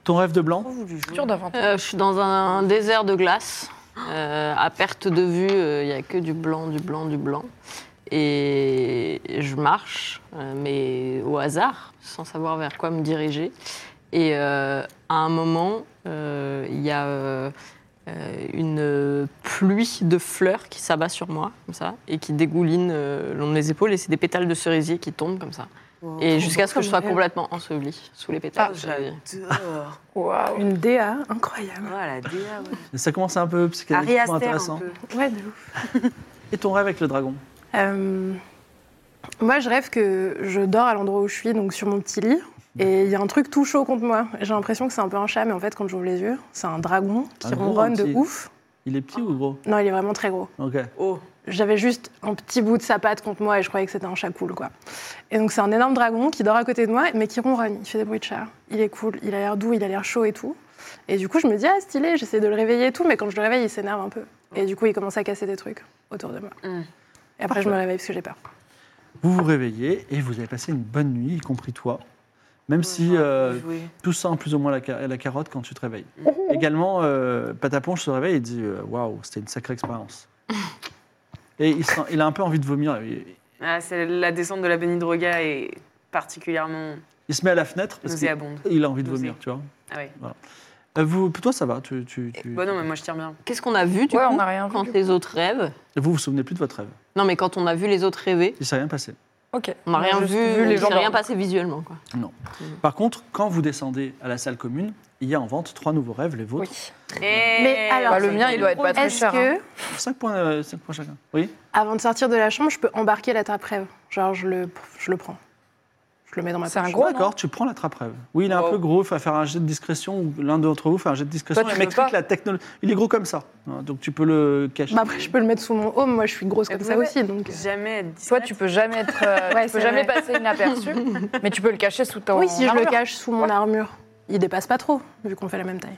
Speaker 1: Ton rêve de blanc
Speaker 4: Dur d'inventer.
Speaker 5: Euh, je suis dans un désert de glace. Euh, à perte de vue, euh, il n'y a que du blanc, du blanc, du blanc. Et je marche, euh, mais au hasard, sans savoir vers quoi me diriger. Et euh, à un moment, euh, il y a euh, euh, une euh, pluie de fleurs qui s'abat sur moi, comme ça, et qui dégouline euh, le long de mes épaules. Et c'est des pétales de cerisier qui tombent comme ça. Et jusqu'à ce que je Ah, sois complètement ensevelie sous les pétales de cerisier.
Speaker 2: Oh, J'adore. Oh,
Speaker 4: Waouh.
Speaker 3: Une DA incroyable.
Speaker 2: Voilà, DA. ouais.
Speaker 1: Ça commence un peu
Speaker 2: Ari
Speaker 1: psychédéliquement
Speaker 2: Aster, un
Speaker 1: intéressant.
Speaker 2: peu.
Speaker 3: Ouais, de ouf.
Speaker 1: Et ton rêve avec le dragon
Speaker 3: Euh, Moi, je rêve que je dors à l'endroit où je suis, donc sur mon petit lit. Et il y a un truc tout chaud contre moi. J'ai l'impression que c'est un peu un chat, mais en fait, quand j'ouvre les yeux, c'est un dragon qui
Speaker 1: Un gros,
Speaker 3: ronronne
Speaker 1: un
Speaker 3: de
Speaker 1: petit.
Speaker 3: ouf.
Speaker 1: Il est petit ou gros
Speaker 3: Non, il est vraiment très gros.
Speaker 1: Ok.
Speaker 2: Oh,
Speaker 3: J'avais juste un petit bout de sa patte contre moi et je croyais que c'était un chat cool, quoi. Et donc, c'est un énorme dragon qui dort à côté de moi, mais qui ronronne. Il fait des bruits de chat. Il est cool, il a l'air doux, il a l'air chaud et tout. Et du coup, je me dis, ah, stylé, j'essaie de le réveiller et tout, mais quand je le réveille, il s'énerve un peu. Et du coup, il commence à casser des trucs autour de moi.
Speaker 5: Mm.
Speaker 3: Et après, je me réveille parce que j'ai peur.
Speaker 1: Vous vous réveillez et vous avez passé une bonne nuit, y compris toi. Même
Speaker 2: Oh,
Speaker 1: si euh,
Speaker 2: joué.
Speaker 1: tout sent plus ou moins la, ca- la carotte quand tu te réveilles. Également, euh, Pataponche se réveille et dit euh, Waouh, c'était une sacrée expérience. et il, sent- il a un peu envie de vomir. Il,
Speaker 2: Ah, c'est la descente de la Benidroga est particulièrement
Speaker 1: il se met à la fenêtre parce qu'il
Speaker 2: nauséabonde.
Speaker 1: il a envie de
Speaker 2: Nausée.
Speaker 1: vomir, tu vois.
Speaker 2: Ah ouais.
Speaker 1: Euh, Vous, toi, ça va. Tu, tu- tu-
Speaker 2: Bon Bah, non, mais moi je tire bien.
Speaker 5: Qu'est-ce qu'on a vu du
Speaker 4: Ouais,
Speaker 5: coup
Speaker 4: on n'a rien vu.
Speaker 5: quand
Speaker 4: du
Speaker 5: les autres rêvent
Speaker 1: Vous vous souvenez plus de votre rêve.
Speaker 5: Non, mais quand on a vu les autres rêver,
Speaker 1: Il s'est rien passé.
Speaker 4: Ok.
Speaker 5: On n'a rien
Speaker 4: juste
Speaker 5: vu,
Speaker 4: les
Speaker 5: il
Speaker 4: gens
Speaker 5: s'est rien
Speaker 4: dormir.
Speaker 5: passé
Speaker 4: *laughs*
Speaker 5: visuellement. Quoi.
Speaker 2: Mm.
Speaker 1: Par contre, quand vous descendez à la salle commune, il y a en vente trois nouveaux rêves, les vôtres.
Speaker 4: Oui.
Speaker 3: Mais
Speaker 2: Eh,
Speaker 3: alors,
Speaker 5: Ah,
Speaker 4: Bah, le mien, il doit être pas très
Speaker 3: Est-ce
Speaker 4: cher. hein.
Speaker 3: que,
Speaker 1: Cinq points, euh, cinq points chacun. Oui
Speaker 3: avant de sortir de la chambre, je peux embarquer la trappe rêve Genre, je le, je le prends. Je le mets dans ma
Speaker 4: C'est un
Speaker 3: poche.
Speaker 4: gros, non
Speaker 1: D'accord, tu prends la trappe rêve. Oui, il est un
Speaker 4: Wow.
Speaker 1: peu gros, il faut faire un jet de discrétion, ou l'un d'entre vous fait un jet de discrétion.
Speaker 4: Toi,
Speaker 1: il
Speaker 4: tu peux
Speaker 1: m'explique
Speaker 4: pas.
Speaker 1: la technologie. Il est gros comme ça, hein, donc tu peux le cacher.
Speaker 3: Bah, après, je peux le mettre sous mon home. Moi, je suis grosse
Speaker 4: Et
Speaker 3: comme
Speaker 4: vous
Speaker 3: ça
Speaker 4: avez-
Speaker 3: aussi. Donc... euh.
Speaker 2: Jamais être
Speaker 4: Toi,
Speaker 2: discrète.
Speaker 4: tu peux jamais être,
Speaker 3: *laughs*
Speaker 4: euh,
Speaker 3: Ouais,
Speaker 4: tu peux
Speaker 3: c'est
Speaker 4: jamais
Speaker 3: vrai.
Speaker 4: passer
Speaker 3: *laughs*
Speaker 4: inaperçu, mais tu peux le cacher sous ton.
Speaker 3: Oui, si je le
Speaker 4: armure.
Speaker 3: cache sous mon armure, il dépasse pas trop, vu qu'on fait la même taille.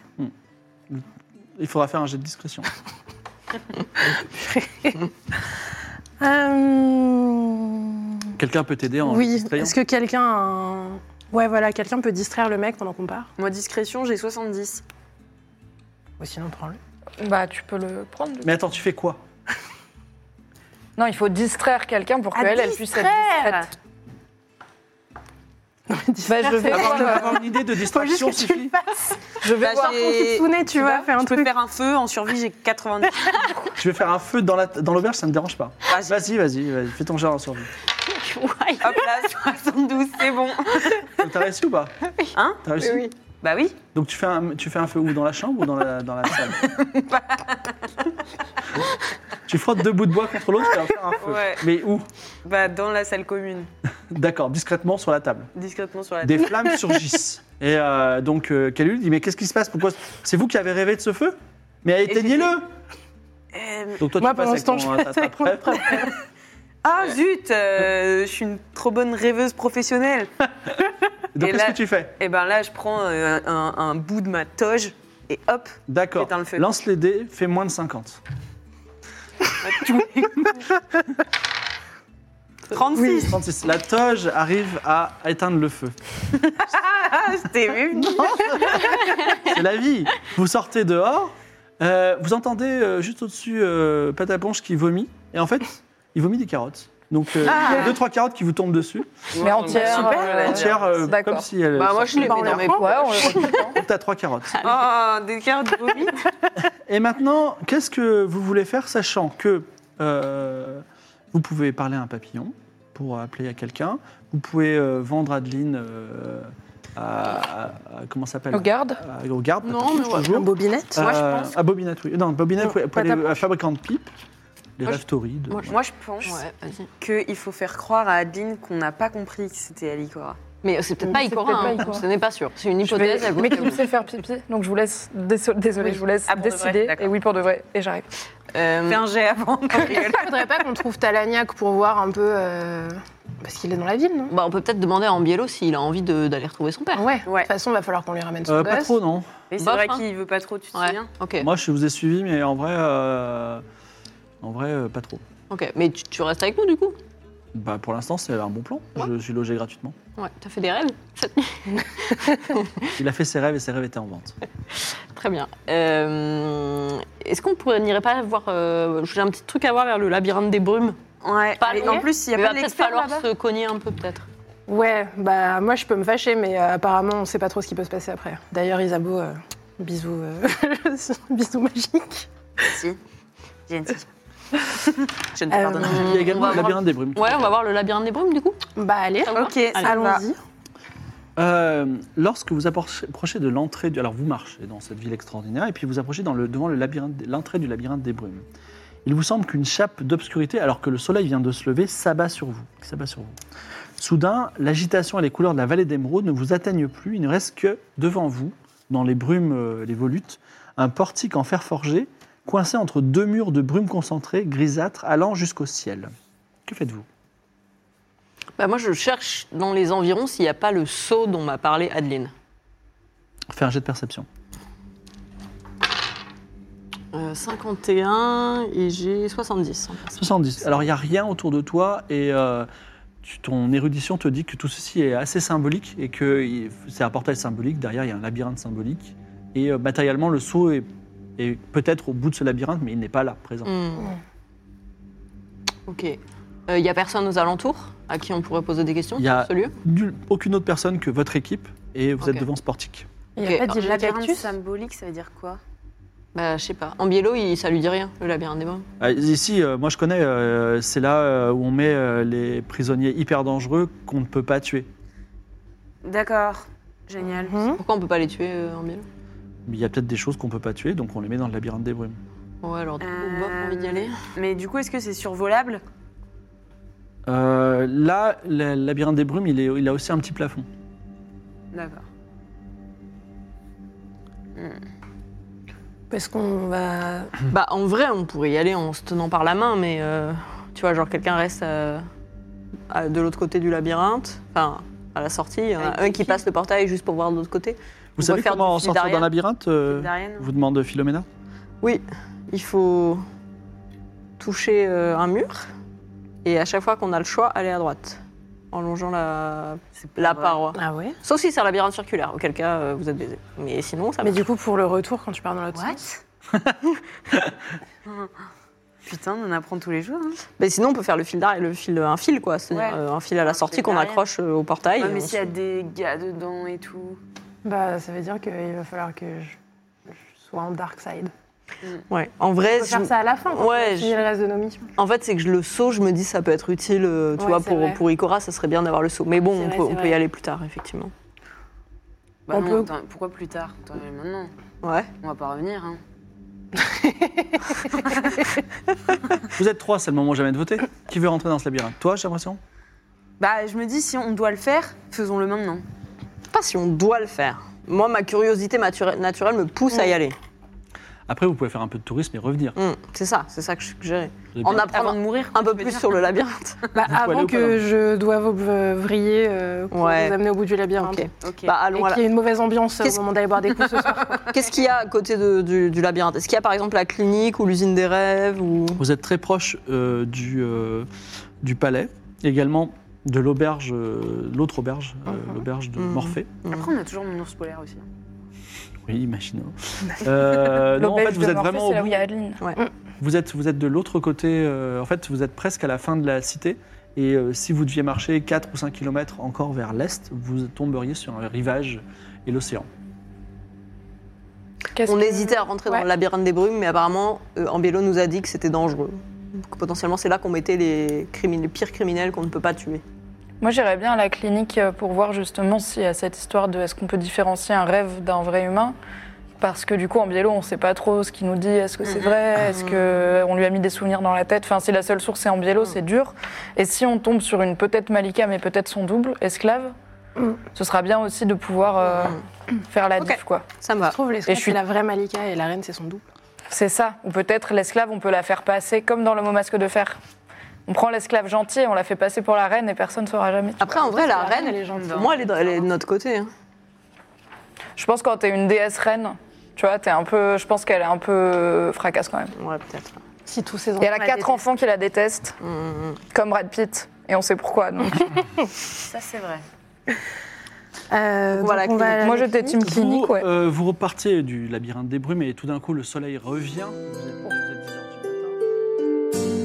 Speaker 1: Il faudra faire un jet de discrétion.
Speaker 3: Euh,
Speaker 1: Quelqu'un peut t'aider en
Speaker 3: Oui,
Speaker 1: distrayant.
Speaker 3: est-ce que quelqu'un. a un- Ouais, voilà, quelqu'un peut distraire le mec pendant qu'on part
Speaker 2: Moi, discrétion, j'ai 70.
Speaker 3: Ou sinon, *laughs* prends-le.
Speaker 4: Bah, tu peux le prendre. du coup.
Speaker 1: Mais attends, tu fais quoi
Speaker 4: Non, il faut distraire quelqu'un pour
Speaker 3: Ah,
Speaker 4: qu'elle, elle puisse être
Speaker 3: distraire
Speaker 4: discrète. Bah, je vais
Speaker 1: Avoir
Speaker 4: voir,
Speaker 1: une,
Speaker 4: euh,
Speaker 1: avoir une idée de
Speaker 3: Faut juste
Speaker 1: distraction
Speaker 3: que tu
Speaker 1: suffit.
Speaker 3: le fasses.
Speaker 4: je vais
Speaker 2: Bah,
Speaker 4: voir.
Speaker 2: j'ai-
Speaker 3: Ton kitsune, tu vois, fais un
Speaker 2: je peux
Speaker 3: truc.
Speaker 2: faire un feu, en survie, j'ai 90.
Speaker 1: Je vais faire un feu dans la- dans l'auberge, ça ne me dérange pas.
Speaker 2: Vas-y.
Speaker 1: Vas-y, vas-y, vas-y, fais ton jet en survie.
Speaker 2: Hop là, 72, c'est bon.
Speaker 1: T'as réussi ou
Speaker 3: *laughs*
Speaker 1: pas
Speaker 2: Hein
Speaker 1: T'as réussi
Speaker 2: Bah oui.
Speaker 1: Donc tu fais, un, tu fais un feu où Dans la chambre ou dans la, dans la salle Tu frottes deux bouts de bois contre l'autre et vas faire un feu.
Speaker 2: Ouais.
Speaker 1: Mais où
Speaker 2: Bah dans la salle commune,
Speaker 1: D'accord, discrètement sur la table.
Speaker 2: discrètement sur la
Speaker 3: *laughs*
Speaker 1: Des flammes surgissent. Et euh, donc euh, Calul dit, mais qu'est-ce qui se passe Pourquoi C'est vous qui avez rêvé de ce feu Mais éteignez-le
Speaker 2: Euh,
Speaker 1: Donc toi
Speaker 3: Moi,
Speaker 1: tu passes
Speaker 3: pendant
Speaker 1: avec
Speaker 3: ce temps, je
Speaker 1: ton, ta-
Speaker 3: passe
Speaker 1: ta
Speaker 3: avec mon *laughs*
Speaker 1: prep.
Speaker 2: Ah zut, euh, je suis une trop bonne rêveuse professionnelle.
Speaker 1: Donc
Speaker 2: Et
Speaker 1: qu'est-ce
Speaker 2: là-
Speaker 1: que tu fais
Speaker 2: Et ben là, je prends euh, un, un bout de ma toge et hop,
Speaker 1: D'accord.
Speaker 2: J'éteins le feu.
Speaker 1: Lance les dés, fais moins de 50.
Speaker 2: 36.
Speaker 1: 36. La toge arrive à éteindre le
Speaker 3: *laughs*
Speaker 1: feu.
Speaker 2: *laughs* Ah, c'était même.
Speaker 1: C'est la vie. Vous sortez dehors, euh, vous entendez euh, juste au-dessus euh, Pataponche qui vomit. Et en fait, il vomit des carottes. Donc, euh,
Speaker 3: Ah.
Speaker 1: il y a deux, trois carottes qui vous tombent dessus.
Speaker 4: Mais entière.
Speaker 2: Super.
Speaker 4: euh,
Speaker 1: Entières, euh,
Speaker 4: D'accord.
Speaker 1: comme si elles.
Speaker 5: Bah, moi, je les
Speaker 3: Bah, on
Speaker 5: mets dans
Speaker 3: les
Speaker 5: mes
Speaker 3: prend.
Speaker 4: Ouais,
Speaker 5: poches.
Speaker 4: on le
Speaker 1: *laughs* Donc, t'as trois
Speaker 5: *laughs*
Speaker 1: carottes.
Speaker 2: Oh, des cartes de vomi.
Speaker 1: Et maintenant, qu'est-ce que vous voulez faire, sachant que euh, vous pouvez parler à un papillon pour appeler à quelqu'un. Vous pouvez euh, vendre Adeline euh, à, à- à- Comment ça s'appelle
Speaker 4: regarde.
Speaker 1: À- Au garde.
Speaker 5: Non, mais ouais.
Speaker 1: toujours.
Speaker 3: Un bobinette
Speaker 5: Moi, je
Speaker 1: Euh,
Speaker 5: pense-
Speaker 1: À Bobinette, oui. Non, Bobinette,
Speaker 3: Non,
Speaker 1: vous
Speaker 3: pas
Speaker 1: pouvez aller à fabricant de euh, pipe, les
Speaker 5: Moi,
Speaker 1: rêves torrides.
Speaker 5: moi, je-
Speaker 2: Moi, je pense
Speaker 5: Ouais, vas-y.
Speaker 2: qu'il faut faire croire à Adeline qu'on n'a pas compris que c'était Alicora.
Speaker 5: Mais c'est peut-être
Speaker 4: Mais
Speaker 5: pas
Speaker 4: c'est
Speaker 5: Ikora,
Speaker 4: peut-être pas
Speaker 5: hein.
Speaker 4: Ikora.
Speaker 5: ce n'est pas sûr. C'est une
Speaker 4: Je
Speaker 5: hypothèse.
Speaker 4: vais-
Speaker 5: à
Speaker 4: Mais
Speaker 5: goûter.
Speaker 4: qui *laughs* me sait faire pipi Donc je vous laisse. déso- Désolée,
Speaker 2: Oui.
Speaker 4: je vous laisse
Speaker 2: Ah, pour de vrai,
Speaker 4: décider.
Speaker 2: d'accord.
Speaker 4: et oui, pour de vrai. Et j'arrive.
Speaker 5: Euh,
Speaker 2: Fais un jet *laughs* avant.
Speaker 3: Faudrait pas qu'on trouve Talagnac pour voir un peu. euh, Parce qu'il est dans la ville, non
Speaker 5: bah, on peut peut-être demander à Ambiello s'il a envie de- d'aller retrouver son père.
Speaker 3: Ouais. De
Speaker 2: Ouais.
Speaker 3: toute façon, va falloir qu'on lui ramène son
Speaker 1: Euh,
Speaker 3: gosse.
Speaker 1: pas trop, non.
Speaker 2: Mais c'est
Speaker 5: Bof,
Speaker 2: vrai
Speaker 5: hein.
Speaker 2: qu'il veut pas trop, tu te
Speaker 5: Ouais.
Speaker 2: souviens
Speaker 5: Ok.
Speaker 1: Moi, je vous ai suivi, mais en vrai, euh, en vrai, euh, pas trop.
Speaker 5: Ok. Mais tu, tu restes avec nous du coup
Speaker 1: Bah, pour l'instant, c'est un bon plan.
Speaker 5: Ouais.
Speaker 1: Je suis logé gratuitement.
Speaker 5: Ouais. T'as fait des rêves
Speaker 1: Il a fait ses rêves et ses rêves étaient en vente.
Speaker 5: Très bien. Euh, Est-ce qu'on pourrait- n'irait pas voir euh, J'ai un petit truc à voir vers le labyrinthe des brumes.
Speaker 2: Ouais.
Speaker 5: Pas
Speaker 2: mais
Speaker 5: loin.
Speaker 2: en plus, il y
Speaker 5: Il
Speaker 2: a
Speaker 5: va
Speaker 2: pas
Speaker 5: peut-être
Speaker 2: d'expert
Speaker 5: falloir
Speaker 2: là-bas.
Speaker 5: se cogner un peu peut-être.
Speaker 3: Ouais, bah moi je peux me fâcher, mais euh, apparemment on sait pas trop ce qui peut se passer après. D'ailleurs, Isabeau, euh, bisous, euh, *laughs* bisous magiques.
Speaker 2: *laughs* Si. Gentil. Je ne te
Speaker 3: Euh,
Speaker 2: pardonne.
Speaker 1: Il y a également
Speaker 5: on va
Speaker 1: le
Speaker 5: voir-
Speaker 1: labyrinthe des brumes.
Speaker 5: Ouais, on va voir le labyrinthe des brumes du coup.
Speaker 3: Bah allez,
Speaker 5: Ça vous va
Speaker 2: Ok, ça
Speaker 5: Allez.
Speaker 2: va.
Speaker 3: allons-y.
Speaker 1: Euh, lorsque vous approchez approchez de l'entrée, du... alors vous marchez dans cette ville extraordinaire, et puis vous approchez dans le, devant le labyrinthe- l'entrée du labyrinthe des brumes. Il vous semble qu'une chape d'obscurité, alors que le soleil vient de se lever, s'abat sur vous. s'abat sur vous. Soudain, l'agitation et les couleurs de la vallée d'émeraude ne vous atteignent plus. Il ne reste que devant vous, dans les brumes, euh, les volutes, un portique en fer forgé, coincé entre deux murs de brume concentrée, grisâtre, allant jusqu'au ciel. Que faites-vous
Speaker 5: Bah, moi je cherche dans les environs s'il n'y a pas le seau dont m'a parlé Adeline.
Speaker 1: Fais un jet de perception.
Speaker 5: Euh, 51 et j'ai 70.
Speaker 1: 70. Alors, il n'y a rien autour de toi et euh, tu- ton érudition te dit que tout ceci est assez symbolique et que il- c'est un portail symbolique. Derrière, il y a un labyrinthe symbolique. Et euh, matériellement, le seau est, est peut-être au bout de ce labyrinthe, mais il n'est pas là, présent.
Speaker 5: Hmm. Ok. Euh, Il n'y a personne aux alentours à qui on pourrait poser des questions
Speaker 1: Il y a-
Speaker 5: sur ce lieu
Speaker 1: Nulle- aucune autre personne que votre équipe et vous êtes
Speaker 5: Ok.
Speaker 1: devant ce portique.
Speaker 3: Il
Speaker 5: Ok,
Speaker 3: n'y a pas d'île
Speaker 2: Labyrinthe
Speaker 3: cactus
Speaker 2: symbolique, ça veut dire quoi
Speaker 5: Bah, je sais pas. En biello, il- ça lui dit rien, le labyrinthe des morts.
Speaker 1: Euh, Ici, euh, moi je connais, euh, c'est là euh, où on met euh, les prisonniers hyper dangereux qu'on ne peut pas tuer.
Speaker 2: D'accord. Génial.
Speaker 3: Mhm.
Speaker 5: Pourquoi on peut pas les tuer euh, en biello
Speaker 1: Mais il y a peut-être des choses qu'on ne peut pas tuer, donc on les met dans le labyrinthe des brumes.
Speaker 5: Ouais, alors, du coup,
Speaker 2: Euh,
Speaker 5: bof, envie d'y aller.
Speaker 2: Mais du coup, est-ce que c'est survolable
Speaker 1: Euh, là, le labyrinthe des brumes, il, est- il a aussi un petit plafond.
Speaker 2: D'accord.
Speaker 3: Parce qu'on va.
Speaker 5: Bah, en vrai, on pourrait y aller en se tenant par la main, mais euh, tu vois, genre, quelqu'un reste euh, à- de l'autre côté du labyrinthe, enfin, à la sortie. Il y en a
Speaker 2: Avec
Speaker 5: un
Speaker 2: des
Speaker 5: qui
Speaker 2: filles.
Speaker 5: passe le portail juste pour voir de l'autre côté.
Speaker 1: Vous
Speaker 5: On
Speaker 1: savez
Speaker 5: va faire
Speaker 1: comment
Speaker 5: du
Speaker 1: en sortir
Speaker 5: fil
Speaker 1: d'un labyrinthe euh,
Speaker 2: Darien
Speaker 1: Vous demande Philomena
Speaker 5: Oui, il faut toucher euh, un mur, et à chaque fois qu'on a le choix, aller à droite, en longeant la, la
Speaker 2: vrai.
Speaker 5: paroi.
Speaker 3: Ah ouais
Speaker 5: Sauf si c'est un labyrinthe circulaire, auquel cas, euh, vous êtes baisé. Mais sinon, ça
Speaker 3: Mais
Speaker 5: marche.
Speaker 3: du coup, pour le retour, quand tu pars dans l'autre
Speaker 2: What
Speaker 3: sens.
Speaker 2: *laughs* Putain, on en apprend tous les jours. hein.
Speaker 5: Mais sinon, on peut faire le fil d'arrêt, le fil, un fil, quoi. C'est-à-dire
Speaker 2: Ouais.
Speaker 5: euh, un fil à la
Speaker 3: Ah,
Speaker 2: Un
Speaker 5: sortie
Speaker 2: fil
Speaker 5: qu'on
Speaker 2: d'arrière.
Speaker 5: accroche euh, au portail.
Speaker 2: Ouais,
Speaker 5: et
Speaker 2: mais
Speaker 5: on
Speaker 2: s'il y
Speaker 5: se-
Speaker 2: a des gars dedans et tout.
Speaker 3: Bah, ça veut dire qu'il va falloir que je, je sois en dark side.
Speaker 5: Ouais. En vrai,
Speaker 3: On peut
Speaker 5: je-
Speaker 3: faire ça à la fin. Quand
Speaker 5: Ouais,
Speaker 3: on a fini
Speaker 5: je-
Speaker 3: le reste de nos missions.
Speaker 5: En fait, c'est que je le saut, je me dis ça peut être utile, euh, tu
Speaker 3: Ouais,
Speaker 5: vois,
Speaker 3: c'est
Speaker 5: pour,
Speaker 3: vrai.
Speaker 5: pour Ikora, ça serait bien d'avoir le saut. Mais bon,
Speaker 3: C'est
Speaker 5: on,
Speaker 3: vrai,
Speaker 5: peut,
Speaker 3: c'est
Speaker 5: on peut
Speaker 3: vrai.
Speaker 5: y aller plus tard, effectivement.
Speaker 2: Bah
Speaker 3: On
Speaker 2: non,
Speaker 3: peut-
Speaker 2: attends, pourquoi plus tard Attends, mais maintenant.
Speaker 5: Ouais.
Speaker 2: On va pas revenir. Hein.
Speaker 1: Vous êtes trois, c'est le moment jamais de voter. Qui veut rentrer dans ce labyrinthe Toi, j'ai l'impression
Speaker 2: Bah, je me dis, si on doit le faire, faisons-le maintenant.
Speaker 5: Je sais pas si on doit le faire. Moi, ma curiosité mature- naturelle me pousse à y aller.
Speaker 1: Après, vous pouvez faire un peu de tourisme et revenir.
Speaker 5: Mm, c'est ça, c'est ça que je suggérais.
Speaker 1: Vous avez
Speaker 5: En
Speaker 1: bien-
Speaker 2: Avant de
Speaker 5: apprendre
Speaker 2: mourir.
Speaker 5: un
Speaker 2: je
Speaker 5: peu
Speaker 2: veux
Speaker 5: plus
Speaker 2: dire.
Speaker 5: sur le labyrinthe.
Speaker 3: Bah,
Speaker 1: aller au
Speaker 3: avant
Speaker 1: palais.
Speaker 3: que je doive ob- vriller euh, pour
Speaker 5: Ouais.
Speaker 3: vous amener au bout du labyrinthe.
Speaker 5: Ok.
Speaker 2: Ok.
Speaker 5: Bah,
Speaker 3: Et
Speaker 5: allons à la-
Speaker 3: qu'il y ait une mauvaise ambiance au
Speaker 5: Qu'est-ce-
Speaker 3: moment d'aller boire des coups ce *laughs* soir. quoi.
Speaker 5: Qu'est-ce qu'il y a à côté de- du, du labyrinthe Est-ce qu'il y a par exemple la clinique ou l'usine des rêves ou...
Speaker 1: Vous êtes très proche euh, du, euh, du palais, également de l'auberge, euh, l'autre auberge,
Speaker 4: Ah,
Speaker 1: euh, l'auberge de
Speaker 4: Mm.
Speaker 5: Mhm.
Speaker 1: Morphée.
Speaker 2: Après, on a toujours mon ours polaire aussi.
Speaker 1: Oui, imaginez.
Speaker 4: *laughs*
Speaker 1: Euh, non, en fait,
Speaker 4: L'auberge
Speaker 1: vous
Speaker 4: de
Speaker 1: êtes
Speaker 4: Morphée,
Speaker 1: vraiment au
Speaker 4: C'est là où
Speaker 1: bout.
Speaker 4: il y a Adeline.
Speaker 1: Vous êtes, vous êtes de l'autre côté, euh, en fait, vous êtes presque à la fin de la cité. Et euh, si vous deviez marcher 4 ou 5 km encore vers l'est, vous tomberiez sur un rivage et l'océan.
Speaker 4: Qu'est-ce
Speaker 5: On
Speaker 4: que-
Speaker 5: hésitait à rentrer dans
Speaker 4: Ouais.
Speaker 5: le labyrinthe des brumes, mais apparemment, euh, Ambello nous a dit que c'était dangereux. Que potentiellement, c'est là qu'on mettait les, crimin- les pires criminels qu'on ne peut pas tuer.
Speaker 4: Moi, j'irais bien à la clinique euh, pour voir justement s'il y a cette histoire de est-ce qu'on peut différencier un rêve d'un vrai humain. Parce que du coup, en biélo, on ne sait pas trop ce qu'il nous dit. Est-ce que c'est vrai Est-ce qu'on lui a mis des souvenirs dans la tête Enfin, c'est la seule source, c'est en biélo, c'est dur. Et si on tombe sur une peut-être Malika, mais peut-être son double, esclave, ce sera bien aussi de pouvoir euh, faire la
Speaker 5: Ok.
Speaker 4: diff, quoi.
Speaker 5: Ça me va.
Speaker 3: Je trouve
Speaker 4: Ah, Et
Speaker 3: l'esclave,
Speaker 4: je suis-
Speaker 3: c'est la vraie Malika et la reine, c'est son double.
Speaker 4: C'est ça. Ou peut-être l'esclave, on peut la faire passer comme dans le mot masque de fer. On prend l'esclave gentil et on la fait passer pour la reine et personne ne saura jamais. tu
Speaker 5: Après, en vrai, la reine,
Speaker 3: elle est gentille.
Speaker 5: pour moi, elle est, dans- elle est de notre côté. hein.
Speaker 4: Je pense quand t'es une déesse reine, tu vois, t'es un peu. Je pense qu'elle est un peu fracasse quand même.
Speaker 5: Ouais, peut-être.
Speaker 3: Si tous ses enfants.
Speaker 4: Et elle a
Speaker 3: la
Speaker 4: quatre
Speaker 3: détestent.
Speaker 4: enfants qui la détestent,
Speaker 5: Hum,
Speaker 4: comme Brad Pitt, et on sait pourquoi. donc.
Speaker 2: Ça, c'est vrai.
Speaker 3: Euh, donc
Speaker 5: Voilà,
Speaker 3: on va à la
Speaker 4: Moi j'étais team clinique,
Speaker 1: vous,
Speaker 4: ouais.
Speaker 1: euh, vous repartiez du labyrinthe des brumes et tout d'un coup le soleil revient. Vous êtes, vous êtes 10 heures du matin.